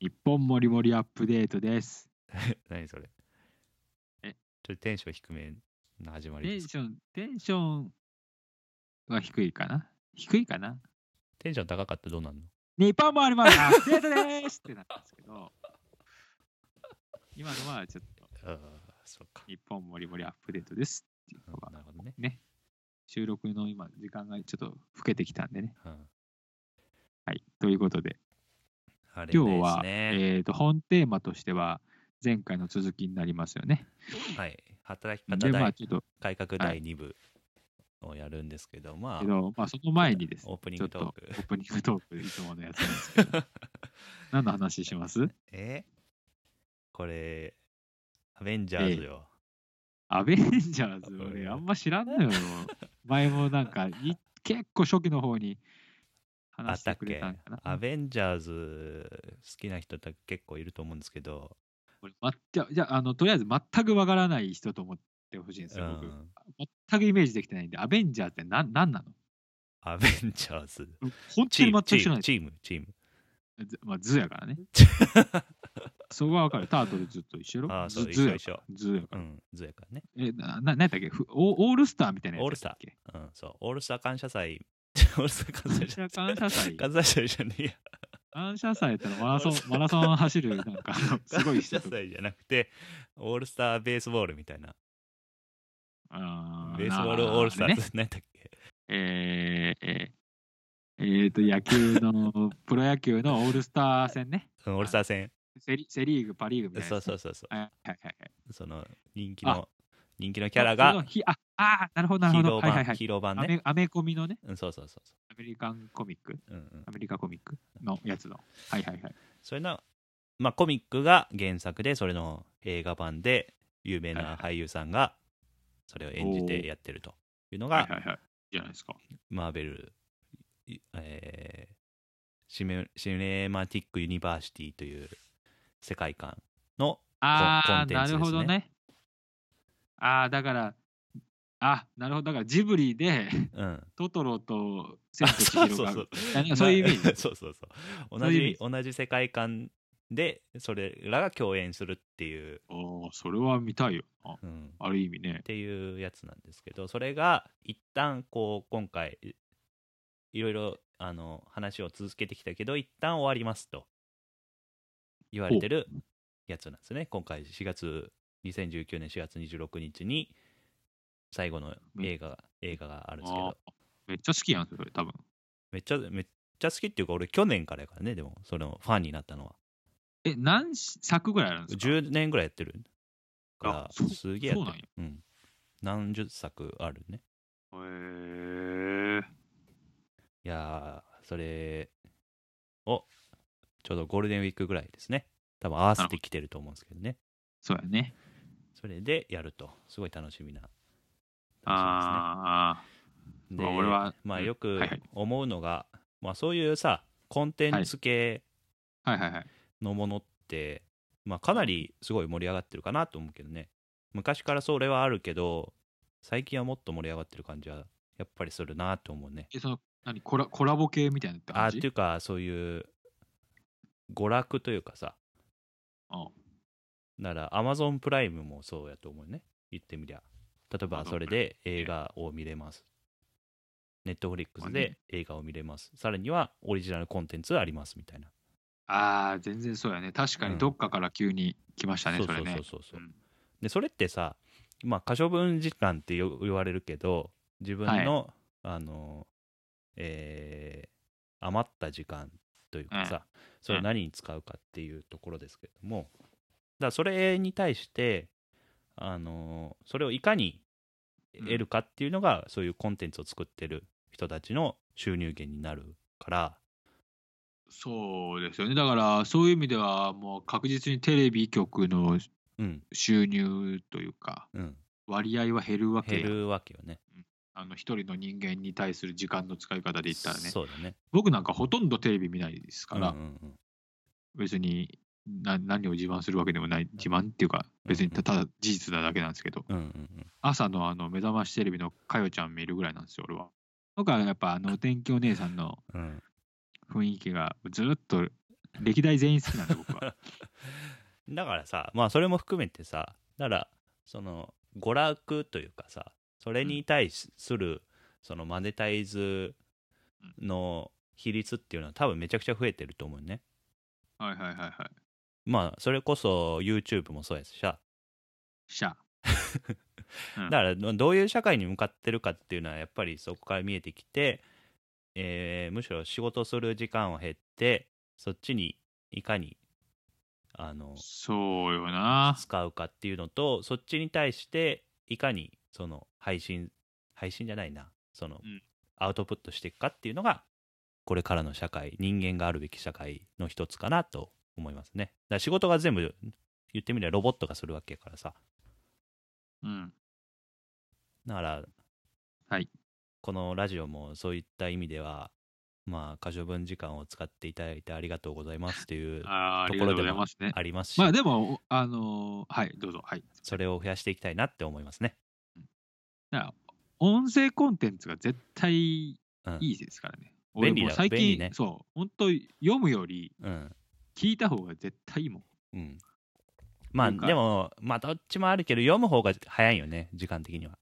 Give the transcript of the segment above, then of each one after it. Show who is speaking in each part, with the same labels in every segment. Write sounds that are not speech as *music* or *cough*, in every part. Speaker 1: 日本もりもりアップデートです。
Speaker 2: 何それ
Speaker 1: え
Speaker 2: ちょっとテンション低めの始まり
Speaker 1: テ
Speaker 2: で
Speaker 1: ン
Speaker 2: す。
Speaker 1: ション、テンションが低いかな低いかな
Speaker 2: テンション高かったらどうなんの
Speaker 1: 日本もありますアップデートでーすってなったんですけど、今のはちょっと
Speaker 2: ああ、そうか。
Speaker 1: 日本もりもりアップデートですっていうの
Speaker 2: う
Speaker 1: が
Speaker 2: んなるほどね。
Speaker 1: 収録の今、時間がちょっと老けてきたんでね。
Speaker 2: うん
Speaker 1: はい。ということで、
Speaker 2: あれ
Speaker 1: 今日は、
Speaker 2: ね
Speaker 1: えっ、と、本テーマとしては、前回の続きになりますよね。
Speaker 2: はい。働き方
Speaker 1: で、まあ
Speaker 2: 大
Speaker 1: ちょっと、
Speaker 2: 改革
Speaker 1: は
Speaker 2: 第
Speaker 1: い
Speaker 2: 2部をやるんですけど、ま
Speaker 1: け
Speaker 2: あ、
Speaker 1: ど、まあその前にですね、
Speaker 2: オープニン
Speaker 1: ちょっ
Speaker 2: グ
Speaker 1: と
Speaker 2: ト
Speaker 1: オ
Speaker 2: ーク。
Speaker 1: ープニングトーク、いつものやつなんですけど、
Speaker 2: *laughs*
Speaker 1: 何の話します
Speaker 2: えこれ、アベンジャーズよ。
Speaker 1: アベンジャーズ、
Speaker 2: こ
Speaker 1: 俺、
Speaker 2: れ
Speaker 1: あんま知らんのよ。前もなんか、い結構初期の方に話してくれたんかな。
Speaker 2: アベンジャーズ好きな人って結構いると思うんですけど、
Speaker 1: 俺まじゃあじゃああの、とりあえず全くわからない人と思ってほしいんです
Speaker 2: う
Speaker 1: よ、僕。
Speaker 2: ん、
Speaker 1: 全くイメージできてないんで、アベンジャーズって何何なの
Speaker 2: アベンジャーズ。
Speaker 1: 本当
Speaker 2: チー
Speaker 1: に全
Speaker 2: ム、チ
Speaker 1: く
Speaker 2: ー
Speaker 1: 知らな
Speaker 2: ム、
Speaker 1: い。
Speaker 2: チーム、チーム。
Speaker 1: ずまあ、図
Speaker 2: *laughs*
Speaker 1: やからね。そこはわかる。タートルずっと一緒やろ
Speaker 2: ああ、そう、
Speaker 1: ず
Speaker 2: 一
Speaker 1: 図
Speaker 2: 緒
Speaker 1: や
Speaker 2: 一緒。
Speaker 1: 図や
Speaker 2: う
Speaker 1: から。
Speaker 2: ん、ずやからね。
Speaker 1: え、な、な何やったっけふオーオールスターみたいなやつやったっけ
Speaker 2: うん、そう、オールスター感謝祭。 *laughs* オールスター感謝
Speaker 1: *laughs*
Speaker 2: 祭。
Speaker 1: 感謝感謝祭。
Speaker 2: 感謝祭じゃねえや。
Speaker 1: 感謝祭ってのはマ
Speaker 2: *laughs*
Speaker 1: ラソン、マラソン走る、なんか、あのすごい人
Speaker 2: 感謝
Speaker 1: とか。
Speaker 2: 祭じゃなくて、オールスターベースボールみたいな。
Speaker 1: あ
Speaker 2: ベースボールオールスター
Speaker 1: な
Speaker 2: *laughs*
Speaker 1: あれね。
Speaker 2: ズ、何だっけ
Speaker 1: えー、えー、えーと、野球の、プロ野球のオールスター戦ね。
Speaker 2: うんオールスター戦。
Speaker 1: セリセリーグ、パ・リーグみたいな。。
Speaker 2: そうそううそうそ
Speaker 1: はいはいはい。
Speaker 2: う。その人気の、人気のキャラが
Speaker 1: ヒあ、あー、なるほど、な
Speaker 2: ヒー
Speaker 1: るほ
Speaker 2: ロ
Speaker 1: ど。
Speaker 2: ー
Speaker 1: はいはい
Speaker 2: 版、
Speaker 1: はい。
Speaker 2: ヒーロー版
Speaker 1: ア
Speaker 2: ね。
Speaker 1: メアメコミのね、
Speaker 2: うん、そうそうそうそ
Speaker 1: アメリカンコミック、
Speaker 2: う。うんうん
Speaker 1: アメリカコミックのやつの。はいはいはい。
Speaker 2: それの、まあコミックが原作で、それの映画版で有名な俳優さんがそれを演じてやってるというの
Speaker 1: はい
Speaker 2: が、
Speaker 1: はいはい。じゃないですか。
Speaker 2: マーベル、いえーシネシネマティック・ユニバーシティという世界観の、
Speaker 1: あ
Speaker 2: コンテ
Speaker 1: あ、
Speaker 2: ンツ
Speaker 1: な
Speaker 2: です
Speaker 1: る
Speaker 2: ね
Speaker 1: ほどね。ああ、だから、あなるほど。だからジブリで、 *laughs*
Speaker 2: うん、
Speaker 1: トトロと千と千尋がある。なんか
Speaker 2: まあ
Speaker 1: *laughs* そういうイメー
Speaker 2: *laughs*
Speaker 1: ジ。
Speaker 2: そうそうそう
Speaker 1: そ
Speaker 2: 同
Speaker 1: ういうイメー
Speaker 2: じ
Speaker 1: ジ
Speaker 2: 同じ世界観でそれらが共演するっていう、
Speaker 1: おお、それは見たいよな。あ
Speaker 2: うんっ
Speaker 1: ある意味ね。
Speaker 2: ていうやつなんですけどそれが一旦こう今回いいろいろあの話を続けてきたけど一旦終わりますと言われてるやつなんですね今回4月2019年4月26日に最後の映画が映画があるんですけ
Speaker 1: あ
Speaker 2: ど
Speaker 1: ーめっちゃ好きやん、それ、多分。
Speaker 2: めっちゃめっちゃ好きっていうか俺去年からやからねでもそのファンになったのは。
Speaker 1: え、何作ぐらいあるんですか
Speaker 2: 10年ぐらいやってるか
Speaker 1: あそ
Speaker 2: ら
Speaker 1: う
Speaker 2: すげえや
Speaker 1: そう
Speaker 2: っ
Speaker 1: な
Speaker 2: て
Speaker 1: んや
Speaker 2: るうん何十作あるね
Speaker 1: へー
Speaker 2: いやーそれをちょうどゴールデンウィークぐらいですね多分合わせてきてると思うんですけどね
Speaker 1: そうやね。
Speaker 2: それでやるとすごい楽しみな楽し
Speaker 1: ああ、
Speaker 2: みです
Speaker 1: ー
Speaker 2: ね
Speaker 1: まあ俺は
Speaker 2: まあ
Speaker 1: うん
Speaker 2: よく
Speaker 1: はいはい
Speaker 2: 思うのが、まあそういうさコンテンツ系
Speaker 1: はいはいはい。
Speaker 2: のものって、まあかなりすごい盛り上がってるかなと思うけどね昔からそれはあるけど最近はもっと盛り上がってる感じはやっぱりするなと思うね
Speaker 1: え、その、何コラコラボ系みたいなって
Speaker 2: あ
Speaker 1: 感
Speaker 2: って
Speaker 1: じ
Speaker 2: いうかそういう娯楽というかさ
Speaker 1: あ
Speaker 2: ならアマゾンプライムもそうやと思うね言ってみりゃ例えば
Speaker 1: Amazon
Speaker 2: それで映画を見れますネットフリックスで映画を見れますさらにはオリジナルコンテンツありますみたいな
Speaker 1: あー、全然そうやね。確か
Speaker 2: う
Speaker 1: に
Speaker 2: ん
Speaker 1: どっかから急に来ましたね、
Speaker 2: そう
Speaker 1: そ
Speaker 2: そう
Speaker 1: れ
Speaker 2: そ
Speaker 1: ね
Speaker 2: う。そうそう、
Speaker 1: うん
Speaker 2: でそれってさまあ可処分時間ってよ言われるけど自分の、あのえー余った時間というかさ、それを何に使うかっていうところですけれどもだからそれに対してあのそれをいかに
Speaker 1: うん
Speaker 2: 得るかっていうのが、そういうコンテンツを作ってる人たちの収入源になるから
Speaker 1: そうですよね。だから、そういう意味では、もう確実にテレビ局の
Speaker 2: うん
Speaker 1: 収入というか、
Speaker 2: うん
Speaker 1: 割合は減るわけ
Speaker 2: 減
Speaker 1: や。
Speaker 2: るわけよね
Speaker 1: あの、一人の人間に対する時間の使い方で言ったらね。
Speaker 2: そうだね
Speaker 1: 僕なんかほとんどテレビ見ないですから、
Speaker 2: うんうんうん
Speaker 1: 別にな何を自慢するわけでもない自慢っていうか別にたただ事実なだけなんですけど
Speaker 2: うんうんうん
Speaker 1: 朝のあの目覚ましテレビのかよちゃん見るぐらいなんですよ俺は僕はやっぱあのお天気お姉さんの
Speaker 2: うん
Speaker 1: 雰囲気がずっと歴代全員好きなんで僕
Speaker 2: *laughs*
Speaker 1: は
Speaker 2: だからさまあそれも含めてさだからその娯楽というかさそれに対するそのマネタイズの比率っていうのは多分めちゃくちゃ増えてると思うね
Speaker 1: はいはいはいはい
Speaker 2: まあそれこそ YouTube もそうやしさ
Speaker 1: シャ
Speaker 2: だからどどういう社会に向かってるかっていうのはやっぱりそこから見えてきて、えーむしろ仕事する時間を減ってそっちにいかにあの
Speaker 1: そうよな
Speaker 2: 使うかっていうのとそっちに対していかにその配信配信じゃないなその、
Speaker 1: うん
Speaker 2: アウトプットしていくかっていうのがこれからの社会人間があるべき社会の一つかなと思いますねだから仕事が全部言ってみればロボットがするわけやからさ
Speaker 1: うん
Speaker 2: だから、
Speaker 1: はい
Speaker 2: このラジオもそういった意味ではまあ箇所分時間を使っていただいてありがとうございますというあ
Speaker 1: あーありがとうございますね
Speaker 2: りますし、
Speaker 1: まあでもあのーはいどうぞはい
Speaker 2: それを増やしていきたいなって思いますね
Speaker 1: 音声コンテンツが絶対い
Speaker 2: うん
Speaker 1: いですからね、
Speaker 2: ん
Speaker 1: 俺
Speaker 2: 便利だ
Speaker 1: もう最
Speaker 2: 便利
Speaker 1: 近、
Speaker 2: ね
Speaker 1: そう本当読むより
Speaker 2: うん
Speaker 1: 聞いた方が絶対いいも
Speaker 2: う
Speaker 1: ん
Speaker 2: ん。まあ、
Speaker 1: なんか
Speaker 2: でも、まあ、どっちもあるけど、読む方が早いよね、時間的には。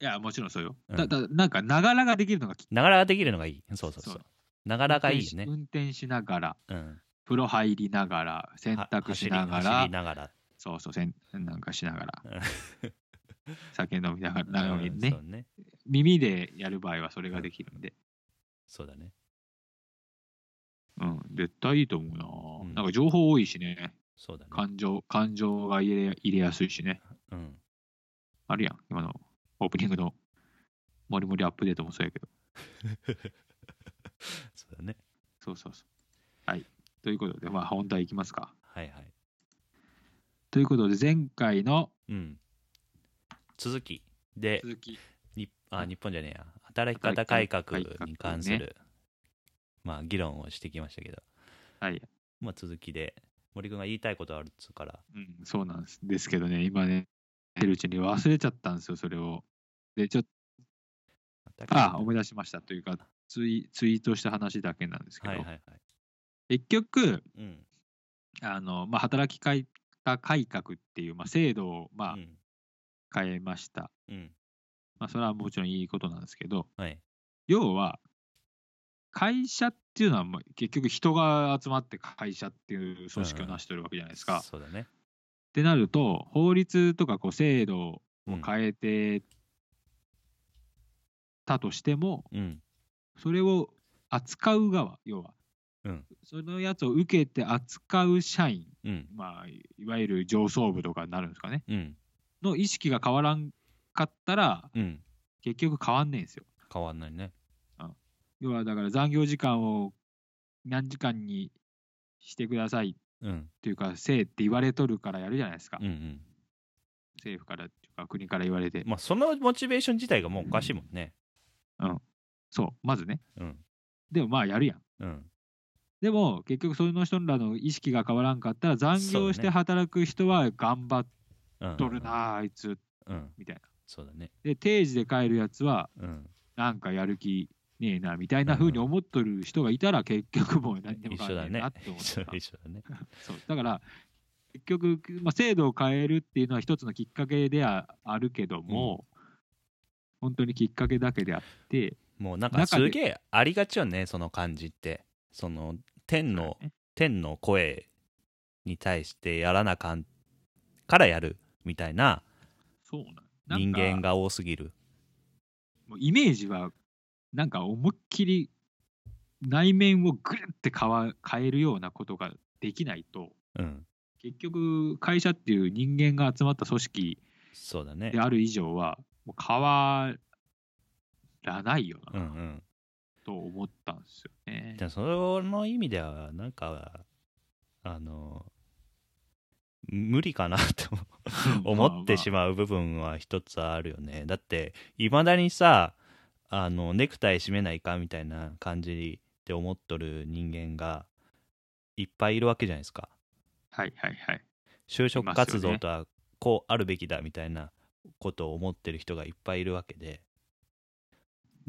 Speaker 1: いやもちろんそうよ、
Speaker 2: うん
Speaker 1: だだなんかながらができるのがき
Speaker 2: ながらができるのがいい。そうそうそ
Speaker 1: そう
Speaker 2: う。ながらがいいよね。
Speaker 1: 運転しながら
Speaker 2: うん。
Speaker 1: 風呂入りながら洗
Speaker 2: は
Speaker 1: 濯しなが
Speaker 2: 走り走
Speaker 1: ら
Speaker 2: りながら。
Speaker 1: そうそうせんなんかしながら
Speaker 2: うん
Speaker 1: 酒飲みながらなのに
Speaker 2: う
Speaker 1: ね、
Speaker 2: んそうね。
Speaker 1: 耳でやる場合はそれができるんで、
Speaker 2: そうだね。
Speaker 1: うん、絶対いいと思うな、
Speaker 2: うん
Speaker 1: なんか情報多いしね
Speaker 2: そうだね。
Speaker 1: 感情感情が入れ入れやすいしね
Speaker 2: うん。
Speaker 1: あるやん今のオープニングのもりもりアップデートもそうやけど
Speaker 2: そうだね。
Speaker 1: そうそうそうはいということでまあ本題いきますか
Speaker 2: はいはい。
Speaker 1: ということで前回の
Speaker 2: うん。続きで、
Speaker 1: 続き
Speaker 2: にあ、日本じゃねえや。働き方改革に関す
Speaker 1: 働き方改革
Speaker 2: る、まあ、議論をしてきましたけど、
Speaker 1: はい
Speaker 2: まあ、続きで、森君が言いたいことあるっつうから、
Speaker 1: うん、そうなんですですけどね、今ね、やってるうちに忘れちゃったんですよ、それを。で、ちょっと、あ、思い出しましたというか、ツイツイートした話だけなんですけど、
Speaker 2: はいはいはい。
Speaker 1: 結局、
Speaker 2: うん。
Speaker 1: あのまあ、働き方改革っていう、まあ、制度を、まあ
Speaker 2: う、ん
Speaker 1: 変えました。
Speaker 2: うん。
Speaker 1: まあ、それはもちろんいいことなんですけど、
Speaker 2: はい。
Speaker 1: 要は、会社っていうのは、まあ結局人が集まって会社っていう組織を成してるわけじゃないですか。っ
Speaker 2: そうだね。
Speaker 1: てなると、法律とかこう制度を
Speaker 2: うん
Speaker 1: 変えてたとしても、
Speaker 2: うん。
Speaker 1: それを扱う側、要は、
Speaker 2: うん
Speaker 1: そのやつを受けて扱う社員、
Speaker 2: うん。
Speaker 1: まあ、いわゆる上層部とかになるんですかね、
Speaker 2: うん。
Speaker 1: の意識が変わらんかったら、
Speaker 2: うん。
Speaker 1: 結局変わんねえんですよ。
Speaker 2: 変わんないね。
Speaker 1: 要はだから残業時間を何時間にしてくださいっ
Speaker 2: うん。
Speaker 1: ていうか、せいって言われとるからやるじゃないですか、
Speaker 2: うんうん。
Speaker 1: 政府からっていうか、国から言われて、
Speaker 2: まあ、そのモチベーション自体がもうおかしいもんね。
Speaker 1: そう、まずね、
Speaker 2: うん。
Speaker 1: でもまあやるやん。
Speaker 2: うん。
Speaker 1: でも結局その人らの意識が変わらんかったら残業して働く人は頑張っ
Speaker 2: うん。
Speaker 1: とるなああいつ
Speaker 2: うん。
Speaker 1: みたいな。
Speaker 2: そうだね。
Speaker 1: で定時で帰るやつは
Speaker 2: うん。
Speaker 1: なんかやる気ねえなみたいな風に思っとる人がいたら結局もう何でも
Speaker 2: 一
Speaker 1: 変
Speaker 2: 緒
Speaker 1: わ
Speaker 2: だ
Speaker 1: んね
Speaker 2: ね
Speaker 1: えなって。思っ
Speaker 2: 一緒
Speaker 1: た
Speaker 2: だ。一緒だね。 *laughs*
Speaker 1: そうだから結局、まあ、制度を変えるっていうのは一つのきっかけではあるけども、本当にきっかけだけであって
Speaker 2: もうなんかすげえありがちよね、その感じって。その、天の、天の声に対してやらなかんからやるみたいな
Speaker 1: そうなんなん
Speaker 2: 人
Speaker 1: か
Speaker 2: 間が多すぎる。
Speaker 1: もうイメージはなんか思いっきり内面をぐるって変わ変えるようなことができないと
Speaker 2: うん。
Speaker 1: 結局会社っていう人間が集まった組織
Speaker 2: そうだね
Speaker 1: で。ある以上はもう変わらないよ
Speaker 2: うんう。
Speaker 1: なんと思ったんですよね
Speaker 2: じ。ゃあその意味ではなんかあの無理かなって思 *laughs* 思ってし
Speaker 1: ま
Speaker 2: まう部分は一つあるよねだっていまだにさあのネクタイ締めないかみたいな感じで思っとる人間がいっぱいいるわけじゃないですか
Speaker 1: う。はいはいはい。
Speaker 2: 就
Speaker 1: い
Speaker 2: 職
Speaker 1: ますよね
Speaker 2: 活動とはこうあるべきだみたいなことを思ってる人がいっぱいいるわけで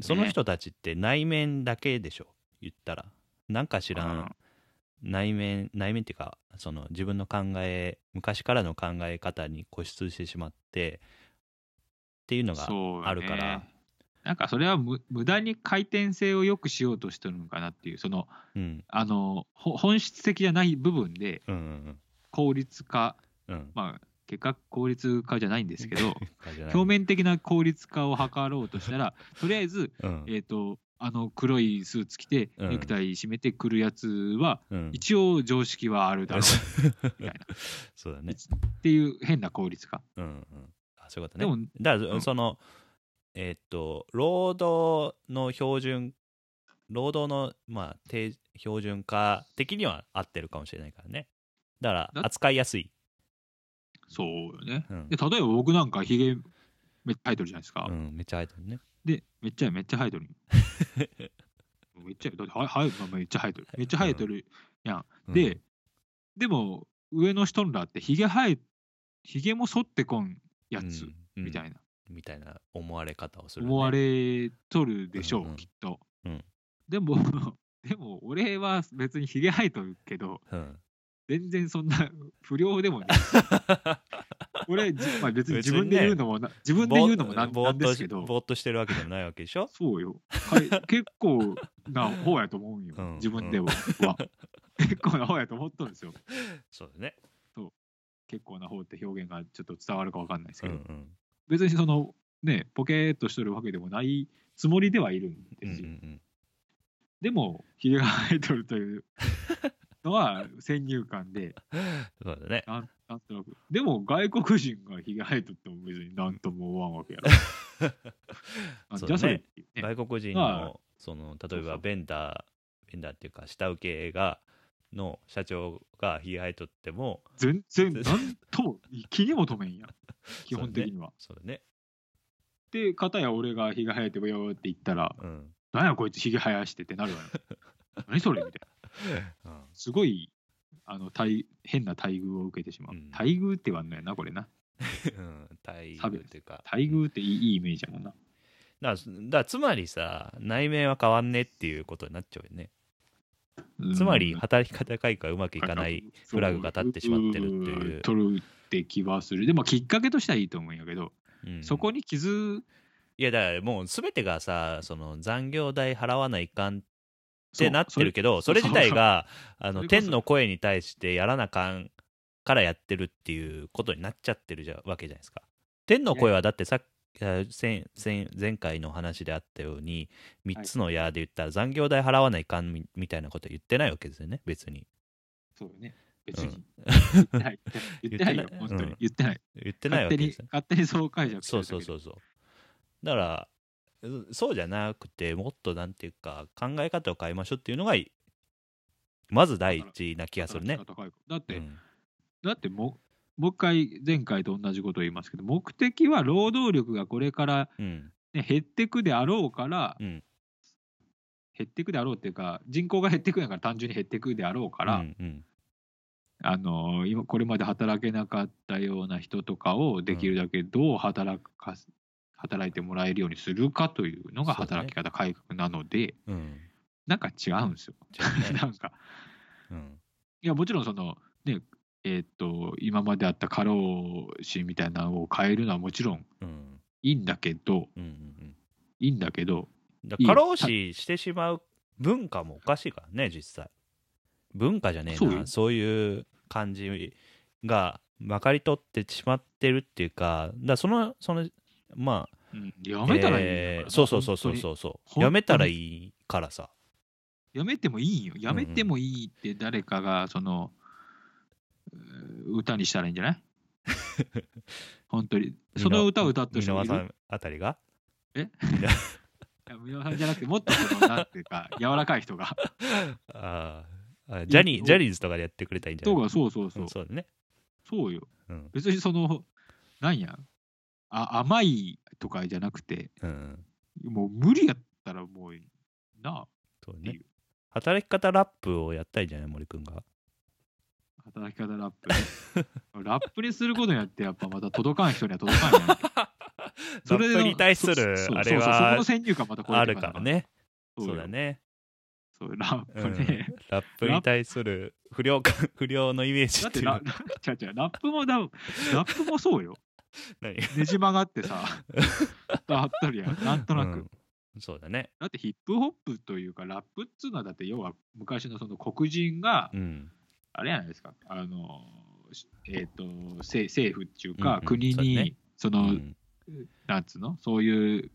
Speaker 2: その人たちって内面だけでしょ言ったらなんか知らん内面内面っていうかその自分の考え昔からの考え方に固執してしまってっていうのが
Speaker 1: そう
Speaker 2: あるから
Speaker 1: ね、なんかそれは無無駄に回転性を良くしようとしてるのかなっていうその
Speaker 2: うん
Speaker 1: あのほ本質的じゃない部分で
Speaker 2: うんうん
Speaker 1: 効率化
Speaker 2: うんうん
Speaker 1: まあ結果効率化じゃないんです
Speaker 2: *laughs*
Speaker 1: けど
Speaker 2: じゃない
Speaker 1: 表面的な効率化を図ろうとし
Speaker 2: *laughs*
Speaker 1: たらとりあえず
Speaker 2: うん
Speaker 1: えっ、とあの黒いスーツ着て
Speaker 2: うん
Speaker 1: ネクタイ締めてくるやつは
Speaker 2: うん
Speaker 1: 一応常識はあるだ
Speaker 2: *laughs*
Speaker 1: ろみたい
Speaker 2: そうだね
Speaker 1: うっていう変な効率化
Speaker 2: うんうんあそういうことね
Speaker 1: でも
Speaker 2: だから、
Speaker 1: うん
Speaker 2: そのえーっと労働の標準労働のまあ定標準化的には合ってるかもしれないからねだから
Speaker 1: だ
Speaker 2: 扱いやすい、
Speaker 1: そうよね
Speaker 2: うん
Speaker 1: で例えば僕なんかヒゲめっちゃ生えてるじゃないですか、
Speaker 2: うん、めっちゃ合えてるね
Speaker 1: でめっちゃめっちゃ生えてる *laughs* めっちゃだってははまあめっちゃ生えてるめっちゃ生えてる、
Speaker 2: うん
Speaker 1: で、でも上の人らってヒゲ生えヒゲも剃ってこんやつ、
Speaker 2: うん
Speaker 1: みた
Speaker 2: うん
Speaker 1: いな、
Speaker 2: みたいな思われ方をする、
Speaker 1: 思われとるでしょう、
Speaker 2: うんうん
Speaker 1: きっと、
Speaker 2: うん
Speaker 1: でも *laughs* でも俺は別にヒゲ生えとるけど
Speaker 2: うん、
Speaker 1: 全然そんな *laughs* 不良でもね
Speaker 2: *laughs*
Speaker 1: 俺、じまあ、別に自分で言うのもな自分で言うのもなん
Speaker 2: ぼー
Speaker 1: な
Speaker 2: っ
Speaker 1: ん
Speaker 2: と
Speaker 1: ですけど
Speaker 2: しぼーっとしてるわけでもないわけでし
Speaker 1: *laughs*
Speaker 2: ょ
Speaker 1: そうよ。
Speaker 2: *laughs*
Speaker 1: はい、結構な方やと思うんよ。
Speaker 2: うん
Speaker 1: 自分では。は *laughs* 結構な方やと思ったんですよ。
Speaker 2: そうだね
Speaker 1: 結構な方って表現がちょっと伝わるかわかんないです
Speaker 2: う
Speaker 1: け
Speaker 2: ん
Speaker 1: ど、
Speaker 2: うん
Speaker 1: 別にそのね、ポケーっとしてるわけでもないつもりではいるん
Speaker 2: うんう
Speaker 1: ですよ。
Speaker 2: ん
Speaker 1: でも、ヒゲが生えとるというのは先入
Speaker 2: *laughs*
Speaker 1: 観で、
Speaker 2: そうだね
Speaker 1: なんなんとなく。でも、外国人がヒゲ生えとっても別になんとも思わんわけやろ。
Speaker 2: *laughs*
Speaker 1: あ
Speaker 2: そう
Speaker 1: じ
Speaker 2: だね
Speaker 1: ゃあそれっていうね、
Speaker 2: 外国人の、
Speaker 1: は
Speaker 2: その
Speaker 1: そ
Speaker 2: 例え
Speaker 1: うそ
Speaker 2: ば
Speaker 1: う
Speaker 2: ベンダーベンダーっていうか下請けがの社長がひげ生えとっても
Speaker 1: 全然
Speaker 2: *laughs*
Speaker 1: なんとも気にも留めんやん。基本的には。
Speaker 2: そうだね
Speaker 1: で、片や俺が「ひげ生えてるよ」って言ったら
Speaker 2: うん、
Speaker 1: 「なんやこいつひげ生やして」ってなるわよ。 *laughs* 何それみたいな。
Speaker 2: うん
Speaker 1: すごいあの待変な待遇を受けてしまう。
Speaker 2: うん
Speaker 1: 待遇って言わんのやな、これな。
Speaker 2: うん、待遇っていうか
Speaker 1: 待遇っていいいいイメージやもんな。
Speaker 2: だからだからつまりさ内面は変わんねっていうことになっちゃうよね
Speaker 1: うん
Speaker 2: つまり働き方改革がうまくいかない、フラグが立ってしまってるっていう
Speaker 1: 取るって気はする。でもきっかけとしてはいいと思うんやけど、
Speaker 2: うん
Speaker 1: そこに傷
Speaker 2: いやだからもう全てがさその残業代払わないかんっ
Speaker 1: そう
Speaker 2: てなってるけどそれ
Speaker 1: そう
Speaker 2: 自体があ
Speaker 1: そ
Speaker 2: の
Speaker 1: れこそ
Speaker 2: 天の声に対してやらなかんからやってるっていうことになっちゃってるじゃわけじゃないですか天の声はだってさっあ先先前回の話であったように3つの矢で言ったら残業代払わないかんみみたいなこと言ってないわけですよね別に
Speaker 1: そうよね。別
Speaker 2: う。
Speaker 1: に言ってない。言ってないよ
Speaker 2: 言ってない。
Speaker 1: 本当
Speaker 2: うん
Speaker 1: に。言ってない。
Speaker 2: 言ってないわけ
Speaker 1: 勝
Speaker 2: で
Speaker 1: 手に
Speaker 2: すよね、
Speaker 1: 勝手にそう解釈して
Speaker 2: そう
Speaker 1: るだけで
Speaker 2: そうそうそうだからうそうじゃなくてもっとなんていうか考え方を変えましょうっていうのがいまず第一な気がするね
Speaker 1: 働き方改革だっ
Speaker 2: う
Speaker 1: て、
Speaker 2: ん
Speaker 1: だってもうもう一回前回と同じことを言いますけど目的は労働力がこれから、
Speaker 2: うん
Speaker 1: ね、減ってくであろうから、
Speaker 2: うん
Speaker 1: 減ってくであろうっていうか人口が減ってくんやから単純に減ってくであろうから、
Speaker 2: うんうん
Speaker 1: あの今これまで働けなかったような人とかをできるだけどう働かす働いてもらえるようにするかというのが
Speaker 2: そうだね
Speaker 1: 働き方改革なので、
Speaker 2: うん
Speaker 1: なんか違うんですよ。
Speaker 2: じゃあね
Speaker 1: なんか
Speaker 2: うん
Speaker 1: いや、もちろんその、ね、えーっと、今まであった過労死みたいなのを変えるのはもちろん
Speaker 2: うん
Speaker 1: いいんだけど、
Speaker 2: うんうん
Speaker 1: いいんだけど、
Speaker 2: うんだ
Speaker 1: いい
Speaker 2: 過労死してしまう文化もおかしいからね実際文化じゃねえ
Speaker 1: そう
Speaker 2: なそ
Speaker 1: よ
Speaker 2: ういう感じがまかり取ってしまってるっていうかだからそのそのまあ
Speaker 1: うんやめたらいいんだからな、
Speaker 2: えーそうそうそうそう
Speaker 1: う。
Speaker 2: そうそう
Speaker 1: 本当に
Speaker 2: やめたらいいからさ
Speaker 1: やめてもいいんよ。やめてもいいって誰かが、その、うー歌にしたらいいんじゃない
Speaker 2: *laughs*
Speaker 1: 本当に。その歌を歌って
Speaker 2: 箕
Speaker 1: しま
Speaker 2: 輪
Speaker 1: う
Speaker 2: さんあたりが
Speaker 1: 皆さんじゃなくて、もっとその、なんてい
Speaker 2: *laughs*
Speaker 1: うか、柔らかい人が。
Speaker 2: あーあジャニージャニーズとかでやってくれたらいいんじゃ
Speaker 1: 人
Speaker 2: ない
Speaker 1: が、そうそうそう
Speaker 2: うん。そうだね
Speaker 1: そうよ。
Speaker 2: うん
Speaker 1: 別にその、なんや、あ甘いとかじゃなくて、
Speaker 2: うん
Speaker 1: もう無理やったらもうなあ
Speaker 2: そう
Speaker 1: って
Speaker 2: ね
Speaker 1: いう
Speaker 2: 働き方ラップをやったらいいんじゃない森くんが
Speaker 1: 働き方ラッ
Speaker 2: *laughs*
Speaker 1: プねラップにすることによってやっぱまた届かん人には届か
Speaker 2: *laughs*
Speaker 1: んやん
Speaker 2: ラップに対する
Speaker 1: そそ
Speaker 2: あれ
Speaker 1: そうそうそこ
Speaker 2: は
Speaker 1: の先入観またこれ
Speaker 2: あるからね
Speaker 1: そう
Speaker 2: そう
Speaker 1: よ
Speaker 2: だね
Speaker 1: そういうラ
Speaker 2: う
Speaker 1: ップ
Speaker 2: ん
Speaker 1: ね。
Speaker 2: ラップに対する不良感不良のイメージ
Speaker 1: だ
Speaker 2: っ
Speaker 1: ってて
Speaker 2: いう *laughs*
Speaker 1: ラ違う違うラップもだラップもそうよ。
Speaker 2: 何
Speaker 1: ねじ曲がっ
Speaker 2: *laughs*
Speaker 1: てさ、あったりやん。なんとなく。
Speaker 2: うんそうだね
Speaker 1: だってヒップホップというか、ラップっつうのは、だって要は昔のその黒人が、
Speaker 2: うん
Speaker 1: あれじゃないですか、あの、しえっ、と、せ政府っていう
Speaker 2: う
Speaker 1: か、
Speaker 2: んうん
Speaker 1: 国
Speaker 2: そうだね
Speaker 1: に、そうの、
Speaker 2: ん
Speaker 1: なんつうの、そういう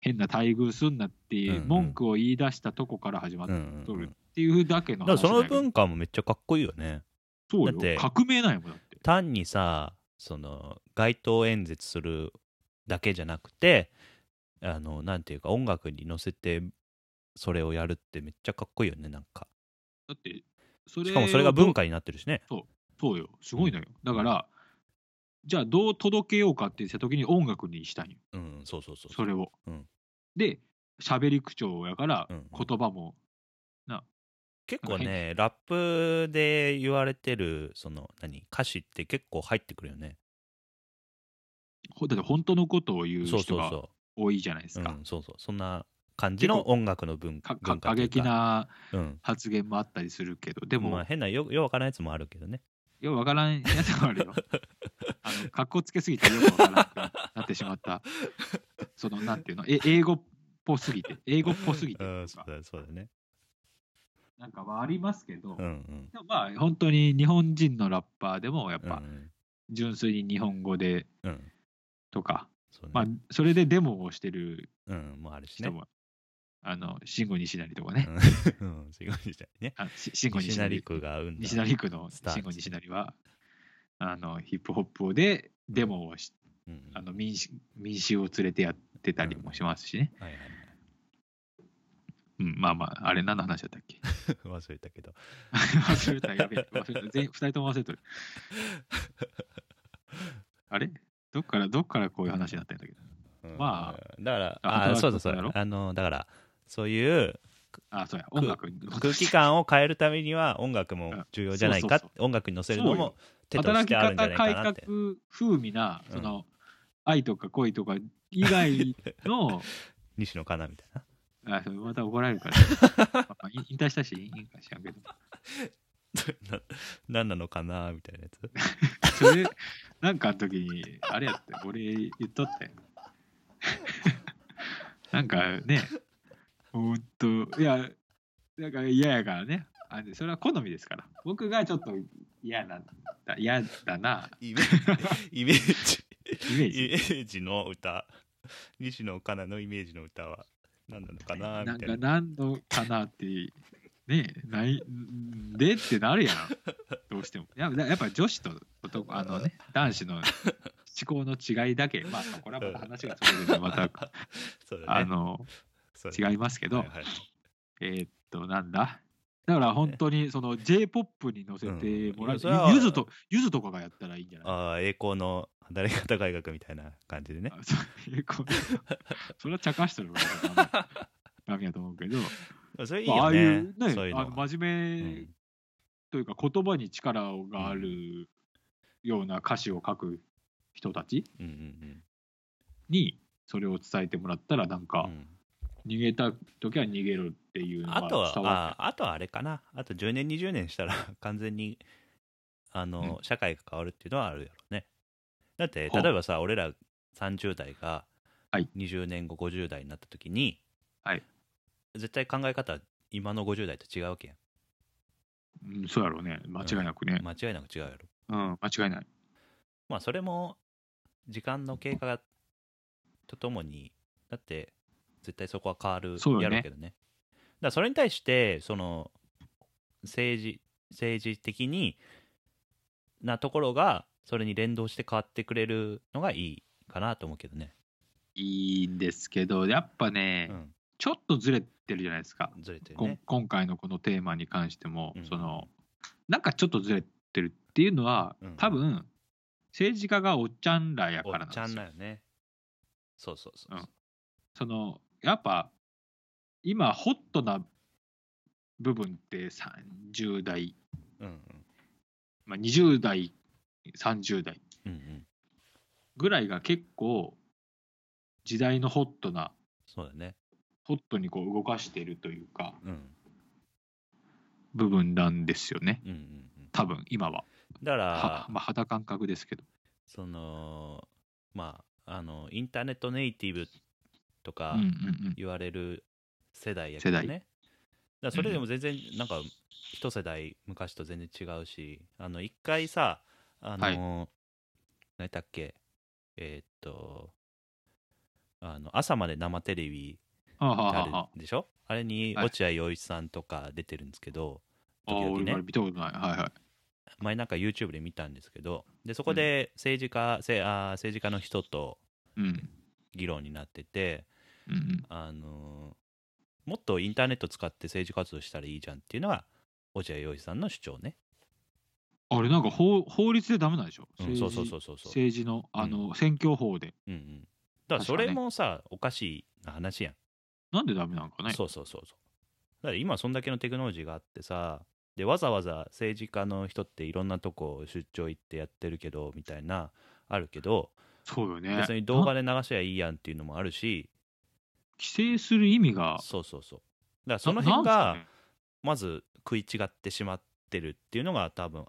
Speaker 1: 変な待遇すんなって
Speaker 2: うんうん
Speaker 1: 文句を言い出したとこから始まっ
Speaker 2: うんうん
Speaker 1: と
Speaker 2: う
Speaker 1: る
Speaker 2: ん
Speaker 1: っていうだけの
Speaker 2: だからそ
Speaker 1: 話だ
Speaker 2: の
Speaker 1: けど、
Speaker 2: 文化もめっちゃかっこいいよね
Speaker 1: そう
Speaker 2: だって
Speaker 1: よ、革命なんやもんだって。
Speaker 2: 単にさその街頭演説するだけじゃなくてあのなんていうか音楽に乗せてそれをやるってめっちゃかっこいいよねなんか
Speaker 1: だって、それ
Speaker 2: しかもそれが
Speaker 1: をどう
Speaker 2: 文化になってるしね
Speaker 1: そうよ、すごいのよ。だから、じゃあどう届けようかって言った時に音楽にしたいよ、
Speaker 2: うんそうそうそう
Speaker 1: それを。
Speaker 2: うん
Speaker 1: で、喋り口調やから、
Speaker 2: うん
Speaker 1: 言葉も、
Speaker 2: 結構ねラップで言われてるその何歌詞って結構入ってくるよね
Speaker 1: ほだって本当のことを言う
Speaker 2: そう
Speaker 1: 人
Speaker 2: そう
Speaker 1: が
Speaker 2: そ
Speaker 1: 多いじゃないです
Speaker 2: う、う
Speaker 1: か。
Speaker 2: ん、そうそうそんな感じの音楽の文
Speaker 1: かか
Speaker 2: 文化
Speaker 1: 過
Speaker 2: という
Speaker 1: 激な
Speaker 2: うん
Speaker 1: 発言もあったりするけど、でも、
Speaker 2: まあ、変なよようわからないやつもあるけどね
Speaker 1: よくわからんや *laughs* つもあるよ。あの、かっこつけすぎてよくわからなくなってし
Speaker 2: *laughs*
Speaker 1: まった。その、なんていうの、え英語っぽすぎて、英語っぽすぎて
Speaker 2: う
Speaker 1: と
Speaker 2: んそう
Speaker 1: か、
Speaker 2: だそうだね
Speaker 1: なんかはありますけど、
Speaker 2: うんうん
Speaker 1: でもまあ、本当に日本人のラッパーでも、やっ
Speaker 2: うん
Speaker 1: ぱ、純粋に日本語で
Speaker 2: うんうん
Speaker 1: とか、
Speaker 2: そうね
Speaker 1: まあ、それでデモをしてる
Speaker 2: うんもあるしね
Speaker 1: 人も、あの、慎吾西成とかね、
Speaker 2: *laughs* うんうんすごい時代ね。
Speaker 1: あし慎吾西
Speaker 2: 西成
Speaker 1: 成
Speaker 2: 区が生んだ
Speaker 1: 西成区の
Speaker 2: スター
Speaker 1: 慎吾西成は、あの、ヒップホップでデモをし
Speaker 2: うんうん
Speaker 1: あの民衆民衆を連れてやってたりもしますしね、
Speaker 2: はいはいはい *laughs*
Speaker 1: うんまあまあ、あれ、何の話だったっけ
Speaker 2: 忘れたけど。
Speaker 1: 忘れた、やべえ、忘れた、全2人とも忘れ
Speaker 2: *laughs*
Speaker 1: とる。あれどっから、どっからこういう話になってんだっけど。
Speaker 2: うん
Speaker 1: ま
Speaker 2: だから、
Speaker 1: あ
Speaker 2: あ
Speaker 1: 働く
Speaker 2: そうだそう
Speaker 1: こと
Speaker 2: だ
Speaker 1: や。
Speaker 2: あの、だから、そういう
Speaker 1: あ、そうや、音楽
Speaker 2: 空気感を変えるためには音楽も重要じゃないか、
Speaker 1: うんそうそう
Speaker 2: 音楽に乗せるのも手とし
Speaker 1: 働き
Speaker 2: てあるんじゃ
Speaker 1: 方
Speaker 2: ない
Speaker 1: 改
Speaker 2: かな
Speaker 1: 革
Speaker 2: って。
Speaker 1: 風味な、その、愛とか恋とか以外
Speaker 2: *laughs*
Speaker 1: の、
Speaker 2: 西野カナみた
Speaker 1: *laughs*
Speaker 2: いな。
Speaker 1: あそれまた怒られる
Speaker 2: *laughs*
Speaker 1: から、まあ引引退したし、いいんかしらんけど。
Speaker 2: な何なのかなみたいなやつ。
Speaker 1: それ、なんかの時に、あれやって、俺言っとったよ。なんかね、ほんと、いや、なんか嫌やからね。あそれは好みですから。僕がちょっと嫌なんだ、嫌だな、
Speaker 2: イメージ、イメー
Speaker 1: イメー
Speaker 2: ジ、イ
Speaker 1: ジ。
Speaker 2: メージの歌。西野カナのイメージの歌は何なのかな
Speaker 1: なん
Speaker 2: みたい
Speaker 1: か
Speaker 2: な。
Speaker 1: 何のかなって、ねない、んでってなるやん。どうしても。ややっぱ女子と男、あのね、男子の思考の違いだけ、まあ、これはまた話がそれでま
Speaker 2: *laughs*
Speaker 1: た、
Speaker 2: そうだね。
Speaker 1: あの、
Speaker 2: そうだね
Speaker 1: 違いますけど、
Speaker 2: はいはい
Speaker 1: えーっと、なんだだから本当にその J-POP に乗せてもら
Speaker 2: うんいや
Speaker 1: う
Speaker 2: それは
Speaker 1: ゆずと、ゆずとかがやったらいいんじゃない
Speaker 2: ああ、栄光の働き方改革みたいな感じでね。
Speaker 1: あそういうこと *laughs* それは茶化してるからダメやと思うけど、
Speaker 2: そ *laughs* れいい
Speaker 1: まああ
Speaker 2: よ
Speaker 1: あい
Speaker 2: ね
Speaker 1: う。ね、
Speaker 2: そういう
Speaker 1: あ
Speaker 2: の
Speaker 1: の
Speaker 2: は。
Speaker 1: 真
Speaker 2: う
Speaker 1: 面目
Speaker 2: ん
Speaker 1: というか言葉に力があるような歌詞を書く人たち
Speaker 2: うんうん
Speaker 1: にそれを伝えてもらったらなん
Speaker 2: う
Speaker 1: か
Speaker 2: んうん
Speaker 1: 逃げた時は逃げろっていうのが
Speaker 2: あとは
Speaker 1: 伝わ
Speaker 2: あ、あとはあれかな。あと10年、20年したら *laughs* 完全にあの、社会が変わるっていうのはあるやろうね。だって、
Speaker 1: ほう
Speaker 2: 例えばさ、俺ら30代が
Speaker 1: はい
Speaker 2: 20年後、50代になった時に、
Speaker 1: はい
Speaker 2: 絶対考え方は今の50代と違うわけやん。
Speaker 1: うん、そうやろうね間違いなくね、
Speaker 2: 間違いなく違うやろ。
Speaker 1: うん、間違いない
Speaker 2: まあそれも時間の経過とともにだって絶対そこは変わる
Speaker 1: そうよね
Speaker 2: やるけどねだからそれに対してその政治政治的になところがそれに連動して変わってくれるのがいいかなと思うけどね、
Speaker 1: いいんですけど、やっぱ
Speaker 2: う
Speaker 1: ね、
Speaker 2: ん、
Speaker 1: ちょっとずれてるじゃないですか、
Speaker 2: ずれてる
Speaker 1: こん
Speaker 2: ね
Speaker 1: 今回のこのテーマに関しても、
Speaker 2: うん
Speaker 1: その、なんかちょっとずれてるっていうのは、
Speaker 2: うん
Speaker 1: 多分政治家がおっちゃんらや
Speaker 2: お
Speaker 1: からな
Speaker 2: っ
Speaker 1: んで
Speaker 2: ちゃん
Speaker 1: す
Speaker 2: だ
Speaker 1: よ。
Speaker 2: よねそうそうそうそう
Speaker 1: そのやっぱ、今、ホットな部分って30代、
Speaker 2: うんうん
Speaker 1: まあ、20代、30代
Speaker 2: うんうん
Speaker 1: ぐらいが結構、時代のホットな、
Speaker 2: そうだね
Speaker 1: ホットにこう動かしてるというか、
Speaker 2: うん
Speaker 1: 部分なんですよね
Speaker 2: うんうんうん、
Speaker 1: 多分今は
Speaker 2: だか
Speaker 1: は
Speaker 2: ら、
Speaker 1: まあ肌感覚ですけど
Speaker 2: そのまああのインターネットネイティブと
Speaker 1: う
Speaker 2: か、
Speaker 1: んうんうん
Speaker 2: 言われる世代やけど
Speaker 1: 世
Speaker 2: ね。だからそれでも全然なんか一世代昔と全然違うしあの一回さあの、
Speaker 1: はい
Speaker 2: 何だっけえーっとあの朝まで生テレビ
Speaker 1: あははは
Speaker 2: あ
Speaker 1: は
Speaker 2: るでしょあれに落合陽一さんとか出てるんですけど、
Speaker 1: ああ
Speaker 2: 時々
Speaker 1: 俺
Speaker 2: ね
Speaker 1: まだ見たことないはいはい
Speaker 2: 前なんか YouTube で見たんですけどでそこで政治家、せあー政治家の人と
Speaker 1: うん
Speaker 2: 議論になってて
Speaker 1: うんうん
Speaker 2: あのーもっとインターネット使って政治活動したらいいじゃんっていうのが落合陽一さんの主張ね。
Speaker 1: あれなんか法法律でダメなんでしょ
Speaker 2: うん、そう
Speaker 1: 政
Speaker 2: そう
Speaker 1: 治
Speaker 2: そうそうそう。
Speaker 1: 政治のあの選挙法で
Speaker 2: うんうん、だからそれもさ、おかしいな話やん、
Speaker 1: なんでダメなんかね
Speaker 2: そうそうそうそう。だから今そんだけのテクノロジーがあってさでわざわざ政治家の人っていろんなとこ出張行ってやってるけどみたいなあるけど
Speaker 1: そうよね
Speaker 2: 別に動画で流しゃいいやんっていうのもあるし
Speaker 1: 規制する意味が
Speaker 2: そうそうそう。だからその辺
Speaker 1: なな
Speaker 2: が
Speaker 1: んすかね
Speaker 2: まず食い違ってしまってるっていうのが多分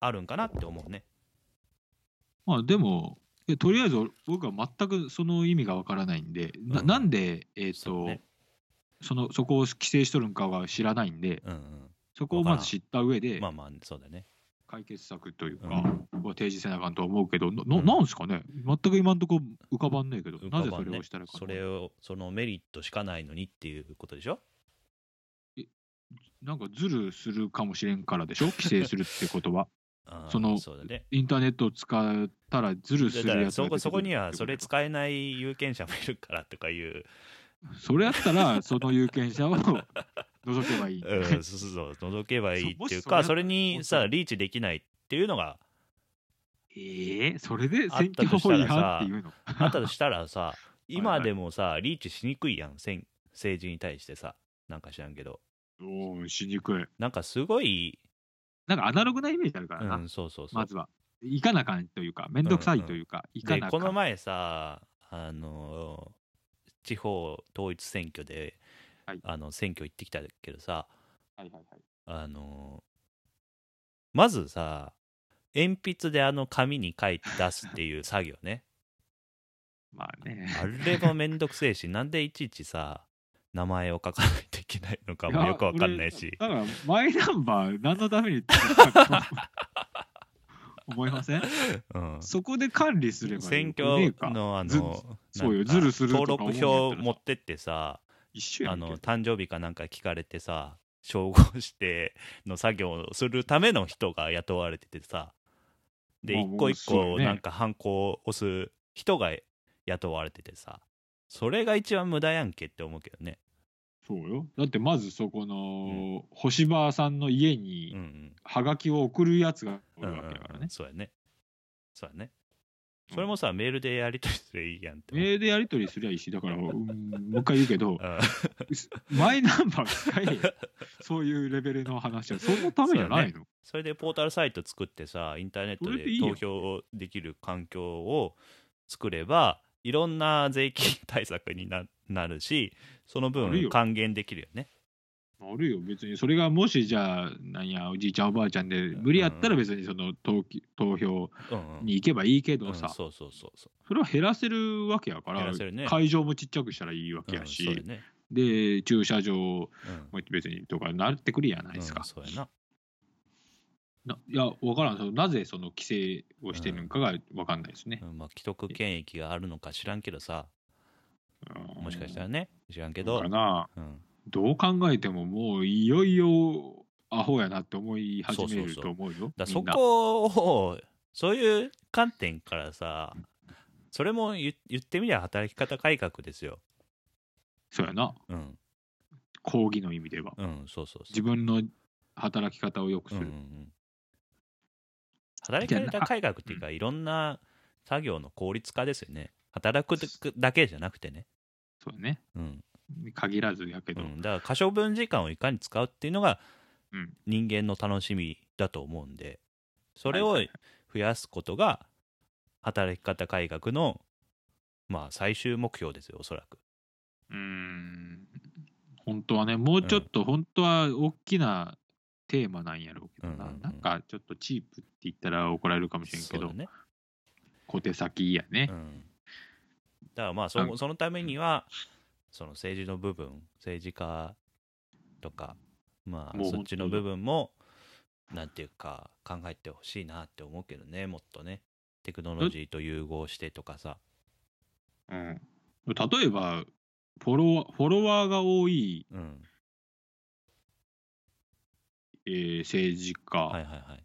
Speaker 2: あるんかなって思うね。
Speaker 1: まあでもえとりあえず僕は全くその意味がわからないんで、な
Speaker 2: うん
Speaker 1: なんで、えっ
Speaker 2: そう
Speaker 1: と
Speaker 2: ね
Speaker 1: そのそこを規制しとるんかは知らないんで
Speaker 2: うんうん
Speaker 1: そこをまず知った上で
Speaker 2: まあまあそうだね。
Speaker 1: 解決策というか
Speaker 2: う
Speaker 1: は
Speaker 2: ん
Speaker 1: 提示せなあかんとは思うけど、な
Speaker 2: う
Speaker 1: なんなんですかね全く今んとこ浮かばんねえけど、なぜそれをしたらいいか
Speaker 2: それをそのメリットしかないのにっていうことでしょ
Speaker 1: なんかズルするかもしれんからで
Speaker 2: *laughs*
Speaker 1: しょ規制するってことは
Speaker 2: あー
Speaker 1: その
Speaker 2: そうだね。
Speaker 1: インターネットを使ったらズルす
Speaker 2: だか
Speaker 1: る
Speaker 2: ら
Speaker 1: や
Speaker 2: そ
Speaker 1: つが出てく
Speaker 2: こ
Speaker 1: る
Speaker 2: そこにはそれ
Speaker 1: ってこ
Speaker 2: 使えない有権者もいるからとかいう、
Speaker 1: とそれやったらその有権
Speaker 2: *laughs*
Speaker 1: 者を除けばいい、
Speaker 2: うん、そうそうそう覗けばいいっていうか
Speaker 1: *laughs* そうもしそれ
Speaker 2: それに
Speaker 1: も
Speaker 2: さ
Speaker 1: し
Speaker 2: リーチできないっていうのが
Speaker 1: *laughs* ええそれで
Speaker 2: あっ
Speaker 1: 選
Speaker 2: た
Speaker 1: 挙
Speaker 2: とした
Speaker 1: 法
Speaker 2: ら
Speaker 1: 違
Speaker 2: さ
Speaker 1: 反っていうの
Speaker 2: あったとしたら
Speaker 1: *laughs*
Speaker 2: さ
Speaker 1: はい
Speaker 2: 今
Speaker 1: はい
Speaker 2: でもさリーチしにくいやんせん政治に対してさなんか知らんけど
Speaker 1: おーしにくい。
Speaker 2: なんかすごい、
Speaker 1: なんかアナログなイメージあるからな、
Speaker 2: うん、そうそうそう
Speaker 1: まずは。いかなあかんというか、めんどくさいというか、いか
Speaker 2: で
Speaker 1: なあか
Speaker 2: こ
Speaker 1: ん。
Speaker 2: の前さあの地方統一選挙で、
Speaker 1: はい
Speaker 2: あの選挙行ってきたけどさ
Speaker 1: はいはいはい
Speaker 2: あのまずさ鉛筆であの紙に書いて出すっていう作業
Speaker 1: *laughs*
Speaker 2: ね
Speaker 1: まあね。
Speaker 2: あれもめんどくせえしなんでいちいちさ名前を書かないといけないのかもよくわかんないし
Speaker 1: だから、マイナンバー、何のために作ったか思い
Speaker 2: *laughs*
Speaker 1: ません
Speaker 2: うん
Speaker 1: そこで管理すればよ
Speaker 2: 選
Speaker 1: くねえ
Speaker 2: 挙
Speaker 1: か
Speaker 2: のあ
Speaker 1: ず
Speaker 2: の
Speaker 1: そう
Speaker 2: な
Speaker 1: よ
Speaker 2: んか
Speaker 1: ズルするとか
Speaker 2: 登録
Speaker 1: 思うんやったら
Speaker 2: 表持ってってさ
Speaker 1: 一緒や
Speaker 2: あ
Speaker 1: んけ
Speaker 2: の誕生日かなんか聞かれてさ照合しての作業をするための人が雇われててさで
Speaker 1: まあ
Speaker 2: 一個一
Speaker 1: そうよ
Speaker 2: 個
Speaker 1: ね
Speaker 2: なんかハンコを押す人が雇われててさそれが一番無駄やんけって思うけどね
Speaker 1: そうよ。だって、まずそこの、星葉さんの家
Speaker 2: うん
Speaker 1: に、
Speaker 2: うん
Speaker 1: はがきを送るやつがお
Speaker 2: うん
Speaker 1: る
Speaker 2: う
Speaker 1: わけだから
Speaker 2: んう
Speaker 1: ね
Speaker 2: ん。そうやねそうやね
Speaker 1: うん
Speaker 2: それもさメールでやり取りすればいいやんって思う
Speaker 1: メールでやり取りすりゃいいし、
Speaker 2: *laughs*
Speaker 1: だから、うんもう一回言うけ
Speaker 2: う
Speaker 1: ど、
Speaker 2: ん
Speaker 1: マイナンバー使えよそういうレベルの話はそのためじゃないの、
Speaker 2: それでポータルサイト作ってさインターネット
Speaker 1: そ
Speaker 2: で
Speaker 1: れでいいよ
Speaker 2: 投票できる環境を作ればいろんな税金対策にななるしその
Speaker 1: なる
Speaker 2: 分
Speaker 1: よ
Speaker 2: 還元できるよね
Speaker 1: あるよ別にそれがもしじゃあなんやおじいちゃんおばあちゃんで無理やったら別にその投き投票
Speaker 2: うんうん
Speaker 1: に行けばいいけ
Speaker 2: う
Speaker 1: ど
Speaker 2: ん
Speaker 1: さ、
Speaker 2: そうそうそうそ
Speaker 1: それは減らせるわけやか
Speaker 2: 減
Speaker 1: ら
Speaker 2: らせるね
Speaker 1: 会場もちっちゃくしたらいいわ
Speaker 2: う
Speaker 1: け
Speaker 2: う
Speaker 1: や
Speaker 2: ん
Speaker 1: し、
Speaker 2: そうやね
Speaker 1: で駐車場も
Speaker 2: うん
Speaker 1: 別にとかなってくるやないです
Speaker 2: う
Speaker 1: か
Speaker 2: ん、そうやな
Speaker 1: ないや分からんそのなぜその規制をしてるのかが分かんないですね
Speaker 2: う、んまあ既得権益があるのか知らんけどさ
Speaker 1: うん
Speaker 2: もしかしたらね知らんけ
Speaker 1: どう
Speaker 2: ど
Speaker 1: かな
Speaker 2: うん
Speaker 1: どう考えてももういよいよアホやなって思い始めると思うよ。
Speaker 2: だから
Speaker 1: み
Speaker 2: そ
Speaker 1: んな
Speaker 2: こをそういう観点からさそれも言言ってみりゃ働き方改革ですよ
Speaker 1: そうやな
Speaker 2: うん
Speaker 1: 講義の意味では。
Speaker 2: うん、そうそうそう。
Speaker 1: 自分の働き方を良くす
Speaker 2: うんうん
Speaker 1: る。
Speaker 2: うん、働き
Speaker 1: じゃ
Speaker 2: 方
Speaker 1: あ
Speaker 2: 改革っていうか、いろんな作業の効率化ですよね。働くだけじゃなくてね。
Speaker 1: そうやね。
Speaker 2: うん。
Speaker 1: 限らずやけ
Speaker 2: う
Speaker 1: ど。
Speaker 2: ん、だから、可処分時間をいかに使うっていうのが
Speaker 1: うん、
Speaker 2: 人間の楽しみだと思うんで、それを
Speaker 1: はいはい
Speaker 2: 増やすことが、働き方改革の、まあ、最終目標ですよ、おそらく。
Speaker 1: うーん。本当はね、もうちょっと本当は大きなテーマなんやろうけど
Speaker 2: う
Speaker 1: な、
Speaker 2: んうんうん
Speaker 1: なんかちょっとチープって言ったら怒られるかもしれんけ
Speaker 2: そう
Speaker 1: ど、
Speaker 2: だね、
Speaker 1: 小手先やね
Speaker 2: う、ん、だからまあそ
Speaker 1: あ
Speaker 2: そのためにはその政治の部分政治家とかまあ
Speaker 1: もう
Speaker 2: そっちの
Speaker 1: 本当
Speaker 2: 部
Speaker 1: に
Speaker 2: 分もなんていうか考えてほしいなって思うけどねもっとねテクノロジーと融合してとかさ、
Speaker 1: うん例えばフォロワーフォロワーが多い、
Speaker 2: うん、
Speaker 1: えー政治
Speaker 2: はい
Speaker 1: 家
Speaker 2: はいはい
Speaker 1: っ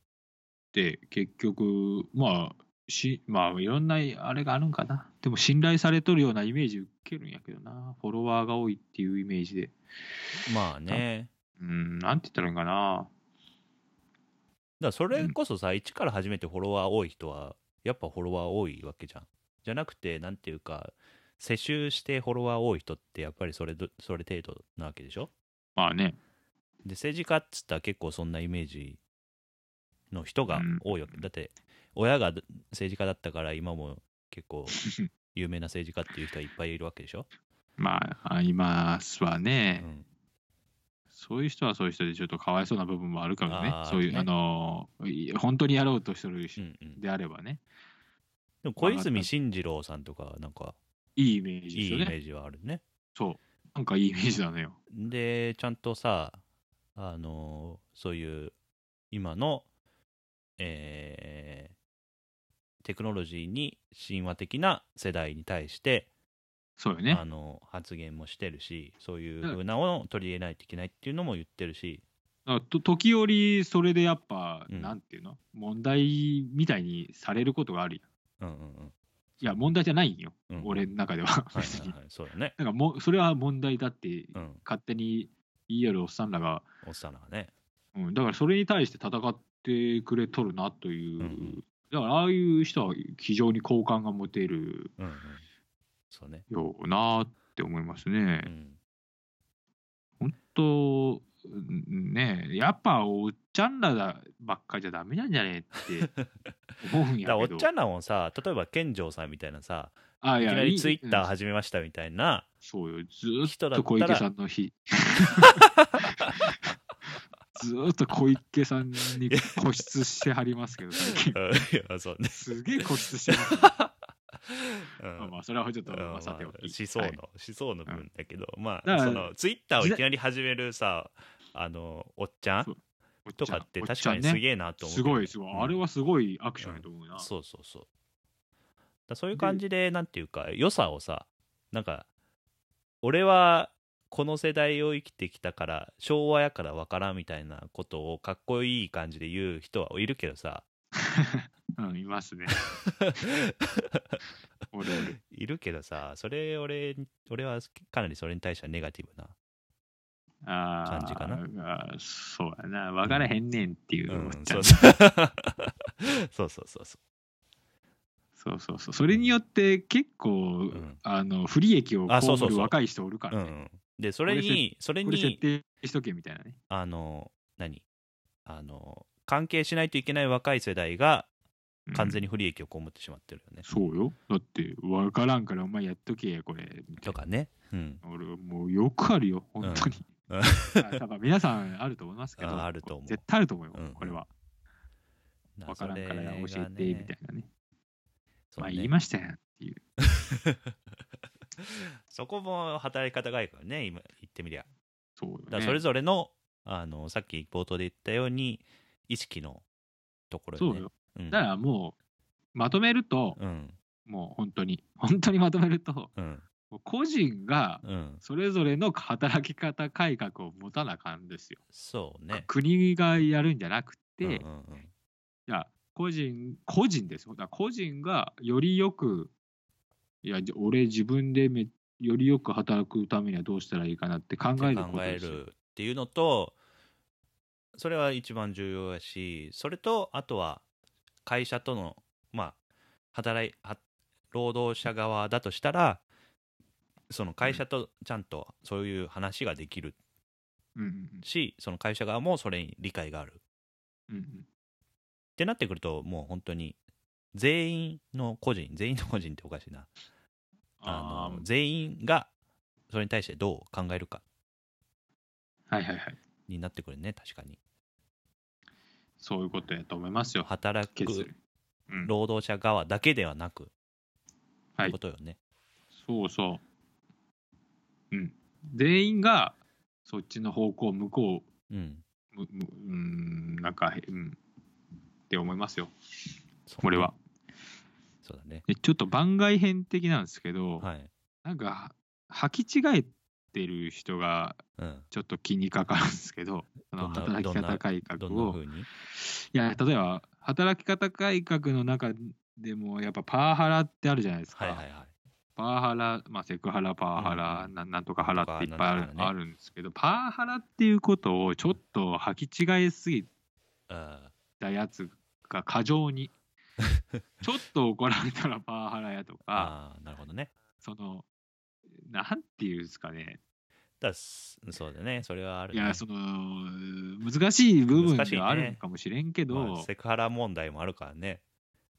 Speaker 1: て結局、まあしまあいろんなあれがあるんかなでも信頼されとるようなイメージ受けるんやけどなフォロワーが多いっていうイメージで
Speaker 2: まあね
Speaker 1: うんなんて言ったらいいんかな
Speaker 2: だからそれこそさ、一から初めてフォロワー多い人はやっぱフォロワー多いわけじゃんじゃなくてなんていうか世襲してフォロワー多い人ってやっぱりそれどそれ程度なわけでしょ
Speaker 1: まあね
Speaker 2: で政治家っつったら結構そんなイメージの人が多いわけ、
Speaker 1: うん
Speaker 2: だって親が政治家だったから今も結
Speaker 1: *laughs*
Speaker 2: 構有名な政治家っていう人はいっぱいいるわけでしょ、
Speaker 1: まああいますわ
Speaker 2: う
Speaker 1: ね、
Speaker 2: ん、
Speaker 1: そういう人はそういう人でちょっとかわいそうな部分もあるかもね
Speaker 2: あー。
Speaker 1: そういう、
Speaker 2: ね
Speaker 1: あのー、本当にやろうとしてる
Speaker 2: う
Speaker 1: 人
Speaker 2: んうんで
Speaker 1: であればね、
Speaker 2: も小泉進次郎さんとかなんか
Speaker 1: いいイメージで
Speaker 2: いいイ
Speaker 1: すよ
Speaker 2: メ
Speaker 1: ね。
Speaker 2: ージはあるね
Speaker 1: そう。なんかいいイメージなのよ。
Speaker 2: でちゃんとさあのそういう今のえーテクノロジーに神話的な世代に対して、
Speaker 1: そうよ
Speaker 2: あ
Speaker 1: ね。
Speaker 2: の発言もしてるしそういう
Speaker 1: うん
Speaker 2: ふうなのを取り入れないといけないっていうのも言ってるし、
Speaker 1: だからと時折、それでやっぱ、
Speaker 2: うん
Speaker 1: なんていうの問題みたいにされることがあるよ
Speaker 2: うんうん
Speaker 1: いや、問題じゃないんよ。
Speaker 2: うんうん、
Speaker 1: 俺の中では。
Speaker 2: はい
Speaker 1: 別
Speaker 2: はい
Speaker 1: に *laughs*
Speaker 2: は。い、そうだね、
Speaker 1: なんかもう、それは問題だって、
Speaker 2: うん、
Speaker 1: 勝手に言いよるおっさんらが、
Speaker 2: おっさんがね
Speaker 1: うん、だからそれに対して戦ってくれとるなという、
Speaker 2: うんうん
Speaker 1: だからああいう人は非常に好感が持てる
Speaker 2: うんうんそうね
Speaker 1: ようなって思いますね
Speaker 2: う。ん
Speaker 1: とうんねやっぱおっちゃんらだばっかじゃダメなんじゃねえって思う
Speaker 2: *laughs* だ
Speaker 1: んや
Speaker 2: からおっ
Speaker 1: けど
Speaker 2: ちゃんらもさ例えば健丈さんみたいなさ
Speaker 1: あ
Speaker 2: いきなりツイッター
Speaker 1: うん
Speaker 2: 始めましたみたい
Speaker 1: *laughs*
Speaker 2: な
Speaker 1: そうよず
Speaker 2: 人
Speaker 1: ーっ
Speaker 2: だっ
Speaker 1: と小
Speaker 2: た
Speaker 1: 池
Speaker 2: ら
Speaker 1: さんの日 *laughs* ずーっと小池さんに固執してはりますけど最近
Speaker 2: うんいやそうね、
Speaker 1: すげえ固執してますね
Speaker 2: うん
Speaker 1: まあまあそれはちょっと、
Speaker 2: うん
Speaker 1: ま
Speaker 2: ま
Speaker 1: あ、
Speaker 2: あ
Speaker 1: さておき。
Speaker 2: 思想の、
Speaker 1: はい
Speaker 2: 思想の分だけど、ま
Speaker 1: だ
Speaker 2: あ
Speaker 1: か
Speaker 2: そ
Speaker 1: ら
Speaker 2: のツイッターをいきなり始めるさあのおっちゃ
Speaker 1: そ
Speaker 2: ん
Speaker 1: うおち
Speaker 2: と
Speaker 1: ゃん
Speaker 2: かって
Speaker 1: お
Speaker 2: 確
Speaker 1: ちゃ
Speaker 2: か
Speaker 1: ん
Speaker 2: に
Speaker 1: ね
Speaker 2: すげえなと思う
Speaker 1: す
Speaker 2: けどね、
Speaker 1: ごいすごい、あれ
Speaker 2: うん
Speaker 1: はすごいアクションやと思うな。
Speaker 2: そうそうそうだそういう感じでなんていうか良さをさなんか俺はこの世代を生きてきたから昭和やからわからんみたいなことをかっこいい感じで言う人はいるけど
Speaker 1: *laughs*
Speaker 2: さ
Speaker 1: うん、います
Speaker 2: *laughs*
Speaker 1: ね。俺俺
Speaker 2: いるけどさそれ俺に俺はかなりそれに対してはネガティブな
Speaker 1: あー
Speaker 2: 感じか
Speaker 1: あーそうやな、分からへんねんっていう、おっちゃ
Speaker 2: そ
Speaker 1: ん
Speaker 2: う *laughs*
Speaker 1: ね
Speaker 2: そうそうそうそうそ
Speaker 1: そうそうそう。それによって結構、
Speaker 2: ん
Speaker 1: あの不利益を
Speaker 2: あそう
Speaker 1: 被
Speaker 2: そうそう
Speaker 1: る若い人おるか
Speaker 2: う、う
Speaker 1: らね。
Speaker 2: ん、でそれ
Speaker 1: これ
Speaker 2: にそれ
Speaker 1: これ設
Speaker 2: に
Speaker 1: 定しとけみたいなね。
Speaker 2: あの何あの関係しないといけない若い世代が
Speaker 1: うん
Speaker 2: 完全に不利益を被ってしまってるよね、
Speaker 1: そうよ。だって、分からんからお前やっとけや、これ。み
Speaker 2: と
Speaker 1: たいな
Speaker 2: かねうん
Speaker 1: 俺、もうよくあるよ、本当に。
Speaker 2: うん
Speaker 1: *laughs* 多分皆さんあると思いますけど、
Speaker 2: ああると思う
Speaker 1: 絶対あると思うよ、
Speaker 2: うんうん
Speaker 1: これは。
Speaker 2: だ
Speaker 1: わからんから教
Speaker 2: それが
Speaker 1: えてみ
Speaker 2: ね
Speaker 1: たいなね。
Speaker 2: そう
Speaker 1: まあ
Speaker 2: ね
Speaker 1: 言いましたよっていう。
Speaker 2: *laughs* そこも働き方がいいからね今言ってみりゃ
Speaker 1: そう
Speaker 2: だ
Speaker 1: よ
Speaker 2: か
Speaker 1: ね。
Speaker 2: らそれぞれのあのさっき冒頭で言ったように意識のところ
Speaker 1: そ
Speaker 2: よ
Speaker 1: う
Speaker 2: ね
Speaker 1: よ。
Speaker 2: うん
Speaker 1: だからもう、まとめると、
Speaker 2: うん
Speaker 1: もう本当に、 *laughs* 本当にまとめると、も
Speaker 2: うん
Speaker 1: う個人が
Speaker 2: うん
Speaker 1: それぞれの働き方改革を持たなあかんですよ。
Speaker 2: そうね
Speaker 1: 国がやるんじゃなくて、
Speaker 2: うんうん
Speaker 1: い
Speaker 2: うん
Speaker 1: や、個人、個人ですよ。だから個人がよりよく、いや、じゃ俺自分でめよりよく働くためにはどうしたらいいかなって考える
Speaker 2: 考
Speaker 1: こと
Speaker 2: え
Speaker 1: ですよ。
Speaker 2: るっていうのとそれは一番重要やしそれとあとは会社とのまあ働いは労働者側だとしたらその会社とちゃんとそういう話ができる
Speaker 1: うんうん
Speaker 2: しその会社側もそれに理解があるっ
Speaker 1: うんうん
Speaker 2: てなってくるともう本当に全員の個人全員の個人っておかしいなあ
Speaker 1: ー
Speaker 2: の全員がそれに対してどう考えるか
Speaker 1: はいはいはい。
Speaker 2: になってくるね確かに
Speaker 1: そういうことやと思いますよ。
Speaker 2: 働く
Speaker 1: 削る。うん、
Speaker 2: 労働者側だけではなく、
Speaker 1: は
Speaker 2: っ
Speaker 1: い
Speaker 2: てことよね。
Speaker 1: そうそう。うん。全員がそっちの方向、向こ
Speaker 2: うん。
Speaker 1: う、むむうん、なんか、うん、って思いますよ、
Speaker 2: そう
Speaker 1: これは。。
Speaker 2: そうだね。
Speaker 1: でちょっと番外編的なんですけど、
Speaker 2: はい。
Speaker 1: なんか、履き違えてる人が
Speaker 2: うん。
Speaker 1: ちょっと気にかかるんです
Speaker 2: *laughs*
Speaker 1: けど、その
Speaker 2: どんな
Speaker 1: 働
Speaker 2: ど
Speaker 1: き
Speaker 2: んな
Speaker 1: 方改革
Speaker 2: どんな
Speaker 1: を
Speaker 2: 風。に
Speaker 1: いや、例えば、働き方改革の中でも、やっぱパワハラってあるじゃないですか。
Speaker 2: はいはいはい。
Speaker 1: パワハラ、まあ、セクハラ、パワハラ、
Speaker 2: う
Speaker 1: ななんとかハラっていっぱい
Speaker 2: な
Speaker 1: あ
Speaker 2: ん
Speaker 1: る,、
Speaker 2: とかなんとかね
Speaker 1: あるんですけど、パワハラっていうことをちょっと履き違えすぎ
Speaker 2: あ
Speaker 1: たやつが過
Speaker 2: *laughs*
Speaker 1: 剰に、ちょっと怒られたらパワハラやとか、
Speaker 2: あー、なるほどね。
Speaker 1: その、なんていうんですかね、
Speaker 2: だからすそうだね。それはある
Speaker 1: い
Speaker 2: ね、
Speaker 1: や、その、難しい部分
Speaker 2: 難しいね
Speaker 1: があるのかもしれんけど、
Speaker 2: まあセクハラ問題もあるからね。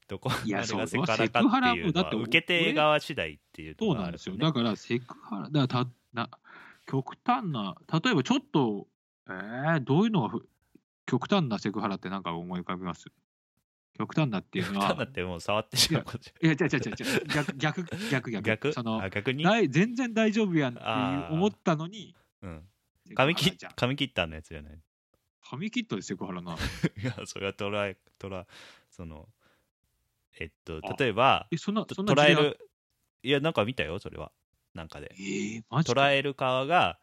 Speaker 2: どこ
Speaker 1: いや
Speaker 2: までが
Speaker 1: そ
Speaker 2: セ
Speaker 1: う
Speaker 2: クハラかっていう
Speaker 1: セクハラも
Speaker 2: の
Speaker 1: だっ
Speaker 2: は
Speaker 1: て
Speaker 2: 受け手側次第っていう
Speaker 1: そう
Speaker 2: のが
Speaker 1: な
Speaker 2: あ
Speaker 1: ん
Speaker 2: る
Speaker 1: ですよ。
Speaker 2: から
Speaker 1: だ
Speaker 2: ね
Speaker 1: から、セクハラ、だからたな極端な、例えばちょっと、えー、どういうのがふ極端なセクハラってなんか思い浮かびます極端なっていうの
Speaker 2: ただ
Speaker 1: は
Speaker 2: っ、てもう触ってしまうことじ
Speaker 1: いや、違う違う違う違う、逆、逆、逆、
Speaker 2: ゃん
Speaker 1: 逆、
Speaker 2: 逆
Speaker 1: その
Speaker 2: あ逆に、
Speaker 1: 大全然大丈夫やんって
Speaker 2: あー
Speaker 1: 思ったのに、
Speaker 2: うん、
Speaker 1: セクハ
Speaker 2: 髪
Speaker 1: ラ
Speaker 2: 切っ
Speaker 1: じゃん
Speaker 2: 髪切ったのやつじゃない *laughs*
Speaker 1: 髪切ったでセクハラな。
Speaker 2: いやそれは捉え捉えそのえっと
Speaker 1: あ
Speaker 2: 例えば
Speaker 1: え、そんな、
Speaker 2: と
Speaker 1: そんな
Speaker 2: 捉え
Speaker 1: 事例あっ
Speaker 2: るいやなんか見たよそれはなんかで
Speaker 1: えー、マジ
Speaker 2: 捉
Speaker 1: か
Speaker 2: える側が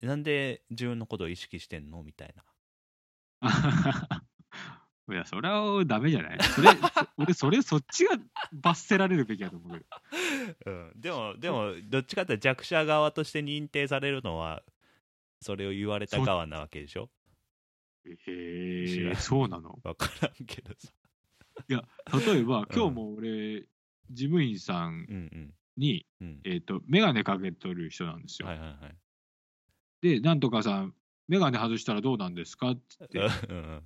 Speaker 2: なんで自分のことを意識してんのみたいな
Speaker 1: *laughs* いや、それはダメじゃないそれ、 *laughs* そ俺、それ、そっちが罰せられるべきやと思うけど。
Speaker 2: うん、でもでもどっちかって弱者側として認定されるのはそれを言われた側なわけでしょ
Speaker 1: え
Speaker 2: 知ら
Speaker 1: ー、
Speaker 2: ん
Speaker 1: そうなの
Speaker 2: 分からんけどさ
Speaker 1: 例えば、今日も俺、事務員さ
Speaker 2: う
Speaker 1: ん
Speaker 2: ん
Speaker 1: に、
Speaker 2: うんうん
Speaker 1: えっと眼鏡かけとる人なんですよ。
Speaker 2: はいはいはい
Speaker 1: で、なんとかさん、眼鏡外したらどうなんですかって言って
Speaker 2: うんうん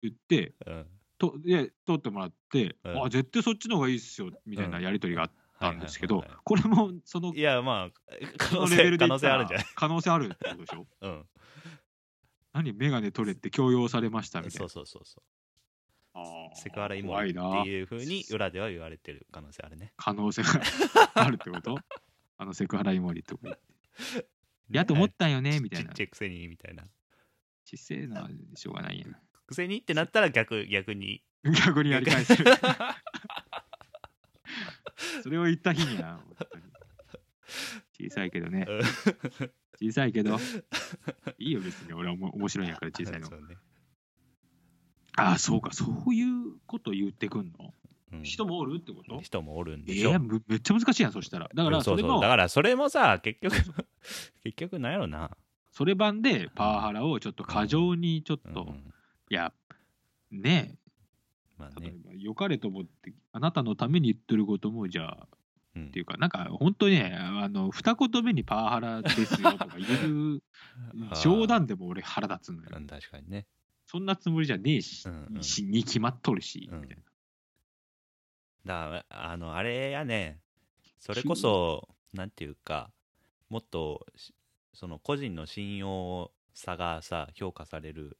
Speaker 1: 言って、
Speaker 2: うん
Speaker 1: とで取ってもらって、
Speaker 2: うん
Speaker 1: あ、絶対そっちの方がいいっすよみたいなやり取りがあっ
Speaker 2: は
Speaker 1: た
Speaker 2: いはいはいはい
Speaker 1: んですけど、これもその
Speaker 2: いやまあ可
Speaker 1: そ
Speaker 2: 能
Speaker 1: のレベ
Speaker 2: 性
Speaker 1: ルで
Speaker 2: 可
Speaker 1: 言
Speaker 2: 能
Speaker 1: っ
Speaker 2: 性
Speaker 1: た
Speaker 2: あ
Speaker 1: ら
Speaker 2: るんじゃない
Speaker 1: 可能性あるってことでしょ
Speaker 2: うん
Speaker 1: 何、眼鏡取れって強要されましたみたい
Speaker 2: そ
Speaker 1: な
Speaker 2: う。そうそうそ
Speaker 1: あ
Speaker 2: う
Speaker 1: ー
Speaker 2: セクハライモ
Speaker 1: 怖いな
Speaker 2: っていうふうに裏では言われてる可能性あるね
Speaker 1: 可能性
Speaker 2: *laughs*
Speaker 1: があるってことあのセクハライモリとか言って。やと思ったんよねみたい
Speaker 2: ち
Speaker 1: な
Speaker 2: っち。ゃいくせにみたいな
Speaker 1: ちっせえな、しょうがないやん。
Speaker 2: くせにってなったら逆逆に
Speaker 1: 逆にやり
Speaker 2: *laughs*
Speaker 1: 返せる。それを言った日にな、本当に小さいけどね、
Speaker 2: うん
Speaker 1: 小さいけど、いいよ、別に俺はおも面白いんやから、 *laughs* 小さい
Speaker 2: *laughs*
Speaker 1: の
Speaker 2: そ。うね
Speaker 1: ああ、そうか、そういうこと言ってくんの
Speaker 2: うん
Speaker 1: 人もおるってこと
Speaker 2: 人もおるん
Speaker 1: え
Speaker 2: でしょ
Speaker 1: ー、むめっちゃ難しいやん、そしたら。だか
Speaker 2: う
Speaker 1: ら、
Speaker 2: んそ
Speaker 1: そうれ
Speaker 2: そう
Speaker 1: も
Speaker 2: だ、からそれもさ結局 *laughs* 結局なんやろな
Speaker 1: それ版でパワハラをちょっと過剰に、ちょっ
Speaker 2: うんう
Speaker 1: と、
Speaker 2: ん
Speaker 1: いや、ねえ、
Speaker 2: まあ
Speaker 1: 例え
Speaker 2: ね
Speaker 1: ば、良かれと思って、あなたのために言ってることも、じゃあ、
Speaker 2: う
Speaker 1: っ
Speaker 2: ん
Speaker 1: ていうか、なんか、本当にね、あの、二言目にパワハラですよとか
Speaker 2: *laughs*
Speaker 1: 言
Speaker 2: あ
Speaker 1: う、
Speaker 2: ー
Speaker 1: 冗談でも俺腹立つの
Speaker 2: う
Speaker 1: よ。
Speaker 2: ん確かにね
Speaker 1: そんなつもりじゃねえし、
Speaker 2: うんうん
Speaker 1: しに決まっとるし、
Speaker 2: うん
Speaker 1: みたいな。
Speaker 2: だからあのあれやねそれこそなんていうかもっとしその個人の信用さがさ評価される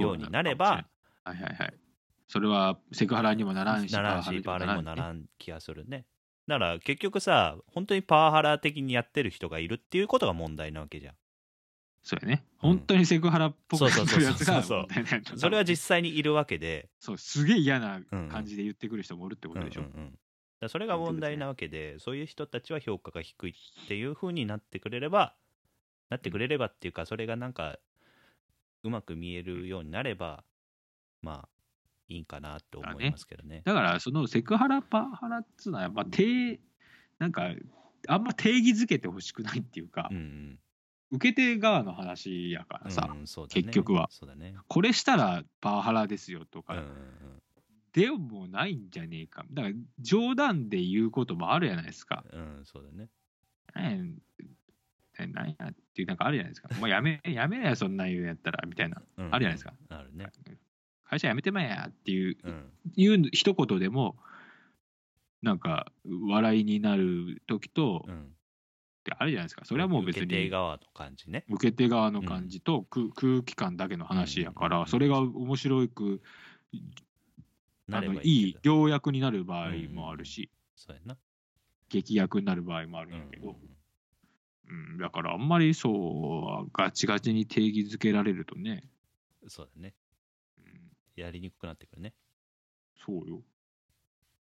Speaker 2: ようになれば
Speaker 1: そうなのかもしれない、はいはいはい。それはセクハラにもならんし、
Speaker 2: ならんしパワハラにもな
Speaker 1: ね
Speaker 2: らん気がするねだから結局さ本当にパワハラ的にやってる人がいるっていうことが問題なわけじゃん
Speaker 1: そうやね。本当にセクハラっぽく
Speaker 2: そうそうそう
Speaker 1: 言うやつが
Speaker 2: そうそう
Speaker 1: 問題ないの
Speaker 2: それは実際にいるわけで
Speaker 1: そう、すげえ嫌な感じで言ってくる人もおるってことでしょ。
Speaker 2: うんうんうんだからそれが問題なわけでそういう人たちは評価が低いっていう風になってくれればなってくれればっていうかそれがなんかうまく見えるようになればまあいいんかなと思いますけどね
Speaker 1: だから、そのセクハラ、パワハラっつうのは、やっぱ定、なんか、あんま定義づけてほしくないっていうか、
Speaker 2: うんうん
Speaker 1: 受け手側の話やからさ、
Speaker 2: うんそうだね
Speaker 1: 結局は
Speaker 2: そうだね
Speaker 1: これしたらパワハラですよと
Speaker 2: う
Speaker 1: か、
Speaker 2: んうん
Speaker 1: でもないんじゃねえか。だから、冗談で言うこともあるじゃないですか。
Speaker 2: うんうんそうだね
Speaker 1: なんやなんやっていう、なんかあるじゃないですか。もうやめ、 *laughs* やめなよ、そんなん言うんやったら、みたいな。
Speaker 2: うん
Speaker 1: あるじゃないですか。
Speaker 2: あるね
Speaker 1: 会社辞めてまえやっていう、
Speaker 2: うん
Speaker 1: いう一言でも、なんか、笑いになる時と、
Speaker 2: うん
Speaker 1: ってあるじゃないですか。それはもう別に
Speaker 2: 受け手側の感じね。
Speaker 1: 受け手側の感じと空,、空気感だけの話やか
Speaker 2: うんうんうんう
Speaker 1: ら、
Speaker 2: ん
Speaker 1: それが面白く、
Speaker 2: な
Speaker 1: あ
Speaker 2: れば
Speaker 1: の
Speaker 2: い
Speaker 1: い
Speaker 2: い
Speaker 1: い
Speaker 2: けど。
Speaker 1: 要約になる場合もあるし、
Speaker 2: そうやな。
Speaker 1: 劇薬になる場合もあるん
Speaker 2: う
Speaker 1: や
Speaker 2: ん
Speaker 1: けど、うん、だからあんまりそう、ガチガチに定義づけられるとね、
Speaker 2: そうだね。
Speaker 1: うん
Speaker 2: やりにくくなってくるね。
Speaker 1: そうよ。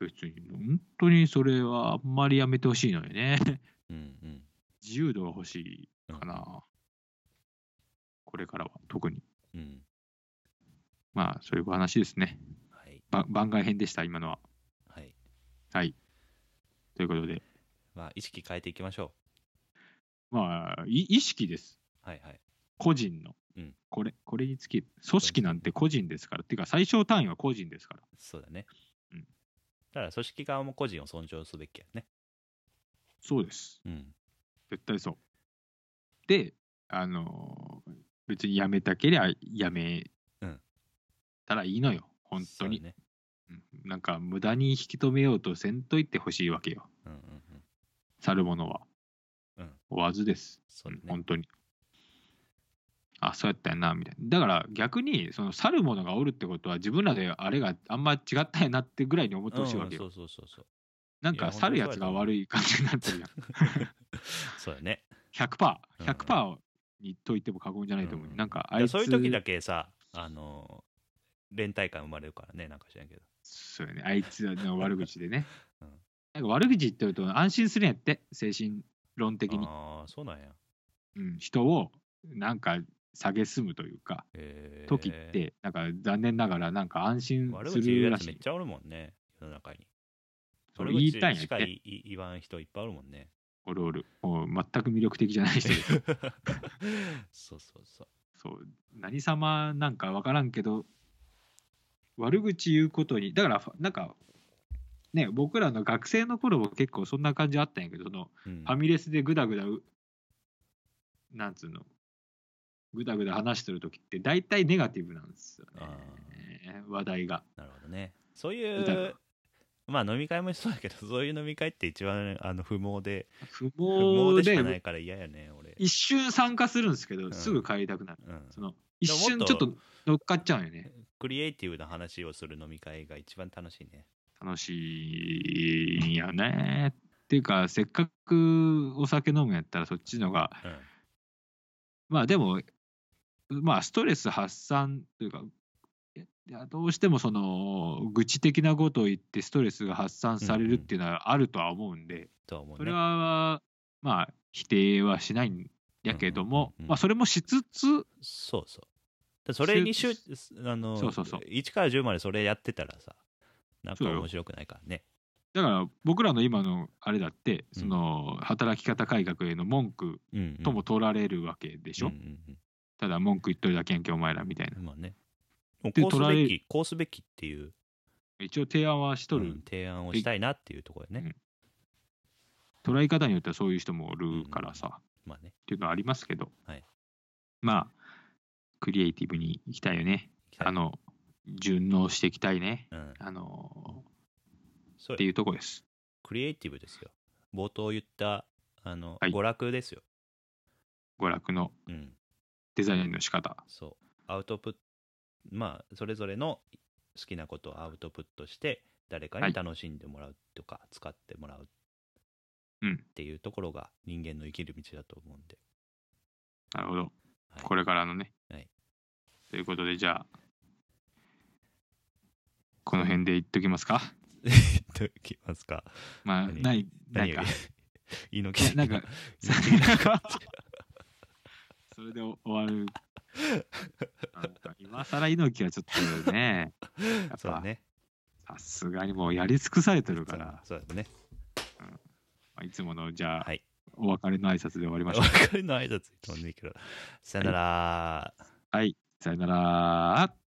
Speaker 1: 別に、本当にそれはあんまりやめてほしいのよね。 *laughs*
Speaker 2: うんうん
Speaker 1: 自由度が欲し
Speaker 2: う
Speaker 1: い
Speaker 2: ん。
Speaker 1: かな。これからは特に。
Speaker 2: うん。
Speaker 1: まあ、そういう話ですね。
Speaker 2: はい。
Speaker 1: ば番外編でした、今のは。
Speaker 2: はい。
Speaker 1: ということで、
Speaker 2: まあ、意識変えていきましょ
Speaker 1: まあ、い意識です。
Speaker 2: う。はいはい。
Speaker 1: 個人の。
Speaker 2: うん
Speaker 1: これ、これにつき、組織なんて個人ですから。っていうか、最小単位は個人ですから。
Speaker 2: そうだね。
Speaker 1: うん。
Speaker 2: ただ、組織側も個人を尊重すべきやね。
Speaker 1: そうです。
Speaker 2: うん。
Speaker 1: 絶対そう。で、あのー別に辞めたけりゃ辞め
Speaker 2: うん
Speaker 1: たらいいのよ。本当に
Speaker 2: そう。だね。
Speaker 1: うんなんか無駄に引き止めようとせんといてほしいわけよ。
Speaker 2: うんうんうん。
Speaker 1: 去る者は。
Speaker 2: うん
Speaker 1: 追わずです。
Speaker 2: そう
Speaker 1: うん
Speaker 2: だね。
Speaker 1: 本当に。あ、そうやったよな、みたいな。だから逆に、その去る者がおるってことは自分らであれがあんま違ったんやなってぐらいに思ってほしいわけよ。
Speaker 2: うんそうそうそうそう。
Speaker 1: なんか去るやつが悪い感じになって
Speaker 2: *laughs*
Speaker 1: るやん。
Speaker 2: そうだね。
Speaker 1: 100%、
Speaker 2: うん
Speaker 1: 100%にと言っても過言じゃないと思う。
Speaker 2: うん
Speaker 1: なんか *laughs*
Speaker 2: だか
Speaker 1: あ
Speaker 2: ら
Speaker 1: いつ
Speaker 2: そういう時だけさ、あのー、連帯感生まれるからね、なんか知らんけど。
Speaker 1: そうよね、あいつの悪口でね
Speaker 2: *laughs* うん。
Speaker 1: なんか悪口言ってると安心するんやって、精神論的に。
Speaker 2: ああ、そうなんや。
Speaker 1: うん、人をなんか蔑むというか、
Speaker 2: えー、
Speaker 1: 時って、なんか残念ながら、なんか安心
Speaker 2: 悪
Speaker 1: す
Speaker 2: 口言
Speaker 1: る
Speaker 2: うや
Speaker 1: ら
Speaker 2: つ
Speaker 1: し
Speaker 2: めっ
Speaker 1: い。
Speaker 2: ちゃおるもんね、世の中に。
Speaker 1: そ
Speaker 2: 悪
Speaker 1: れ
Speaker 2: 口
Speaker 1: 言いたいんや
Speaker 2: し
Speaker 1: っ
Speaker 2: か
Speaker 1: て、
Speaker 2: いい言わん人いっぱいおるも
Speaker 1: *laughs*
Speaker 2: んね。
Speaker 1: おるおる。もう全く魅力的じゃない人
Speaker 2: *laughs*
Speaker 1: で
Speaker 2: そうそうそう。
Speaker 1: そう、何様なんか分からんけど、悪口言うことに、だから、なんか、ね、僕らの学生の頃も結構そんな感じあったんやけど、その
Speaker 2: うん
Speaker 1: ファミレスでぐだぐだう、なんつうの、ぐだぐだ話してる時って、大体ネガティブなんですよ
Speaker 2: あ
Speaker 1: ね、話題が。
Speaker 2: なるほどね。そう
Speaker 1: 歌
Speaker 2: いう
Speaker 1: が、
Speaker 2: まあ飲み会もそうだけど、そういう飲み会って一番あの不毛で、不
Speaker 1: 不
Speaker 2: 毛
Speaker 1: 毛
Speaker 2: でしかな
Speaker 1: で、
Speaker 2: いから嫌やね、俺。
Speaker 1: 一瞬参加するんですけ
Speaker 2: う
Speaker 1: ど、
Speaker 2: ん
Speaker 1: すぐ帰りたくなる。
Speaker 2: うん、
Speaker 1: その一
Speaker 2: も
Speaker 1: 瞬
Speaker 2: もっ
Speaker 1: ち
Speaker 2: と
Speaker 1: ょっと乗っかっちゃうんよね。
Speaker 2: クリエイティブな話をする飲み会が一番楽しいね。
Speaker 1: 楽しいんやね。っていうか、せっかくお酒飲むんやったら、そっちのが、
Speaker 2: うん。
Speaker 1: まあでも、まあストレス発散というか、いやどうしてもその愚痴的なことを言ってストレスが発散されるっていうのはあるとは思うんで、
Speaker 2: とは思うね。
Speaker 1: それはまあ否定はしないんやけども、
Speaker 2: うんうんうんうん
Speaker 1: まあそれもしつつ、
Speaker 2: そうそう。だそれにしゅ
Speaker 1: 集
Speaker 2: あの
Speaker 1: そうそうそう
Speaker 2: 1から10までそれやってたらさ、なんか
Speaker 1: そうよ
Speaker 2: 面白くないからね。
Speaker 1: だから僕らの今のあれだって、その働き方改革への文句
Speaker 2: うんうん、
Speaker 1: とも取られるわけでしょ、
Speaker 2: うんうん
Speaker 1: ただ文句言っとるだけやんけお前らみたいな
Speaker 2: うんまあね。もう
Speaker 1: で
Speaker 2: こうす
Speaker 1: 取ら
Speaker 2: べ
Speaker 1: れ
Speaker 2: き、こうすべきっていう、
Speaker 1: 一応提案はしとる、
Speaker 2: うん提案をしたいなっていうところでね。
Speaker 1: 捉え方によってはそういう人もおるからさ、
Speaker 2: まあね、
Speaker 1: っていうのはありますけど、
Speaker 2: はい
Speaker 1: まあクリエイティブに行きたいよねあ、の順応していきたいね
Speaker 2: うん、
Speaker 1: あの
Speaker 2: そう
Speaker 1: って
Speaker 2: よ
Speaker 1: いうとこです
Speaker 2: クリエイティブですよ。冒頭言った、あの、
Speaker 1: はい
Speaker 2: 娯楽ですよ。
Speaker 1: 娯楽の
Speaker 2: うん、
Speaker 1: デザインの仕方
Speaker 2: そう。アウトプット、まあ、それぞれの好きなことをアウトプットして、誰か
Speaker 1: は
Speaker 2: に
Speaker 1: い
Speaker 2: 楽しんでもらうとか、使ってもらう
Speaker 1: うん
Speaker 2: っていうところが人間の生きる道だと思うんで。
Speaker 1: なるほど
Speaker 2: はい
Speaker 1: これ
Speaker 2: *laughs*
Speaker 1: からのね、
Speaker 2: はい
Speaker 1: ということでじゃあこの辺で言っときますか
Speaker 2: ときますか。
Speaker 1: まあ
Speaker 2: 何
Speaker 1: ないないか
Speaker 2: 何より *laughs*
Speaker 1: い
Speaker 2: 猪
Speaker 1: や
Speaker 2: 木
Speaker 1: なんか
Speaker 2: 猪木なんか
Speaker 1: それで終わるなんか今更猪木はちょっとねやっぱ
Speaker 2: そうだね。
Speaker 1: さすがにもうやり尽くされてるから、ま
Speaker 2: そうだね。
Speaker 1: あ、いつものじゃあ、
Speaker 2: はい
Speaker 1: お別れの挨拶で終わり
Speaker 2: お
Speaker 1: まし
Speaker 2: *laughs*
Speaker 1: ょう。
Speaker 2: 別れの挨拶言ってもいいけど。さよなら。
Speaker 1: はい、さよなら。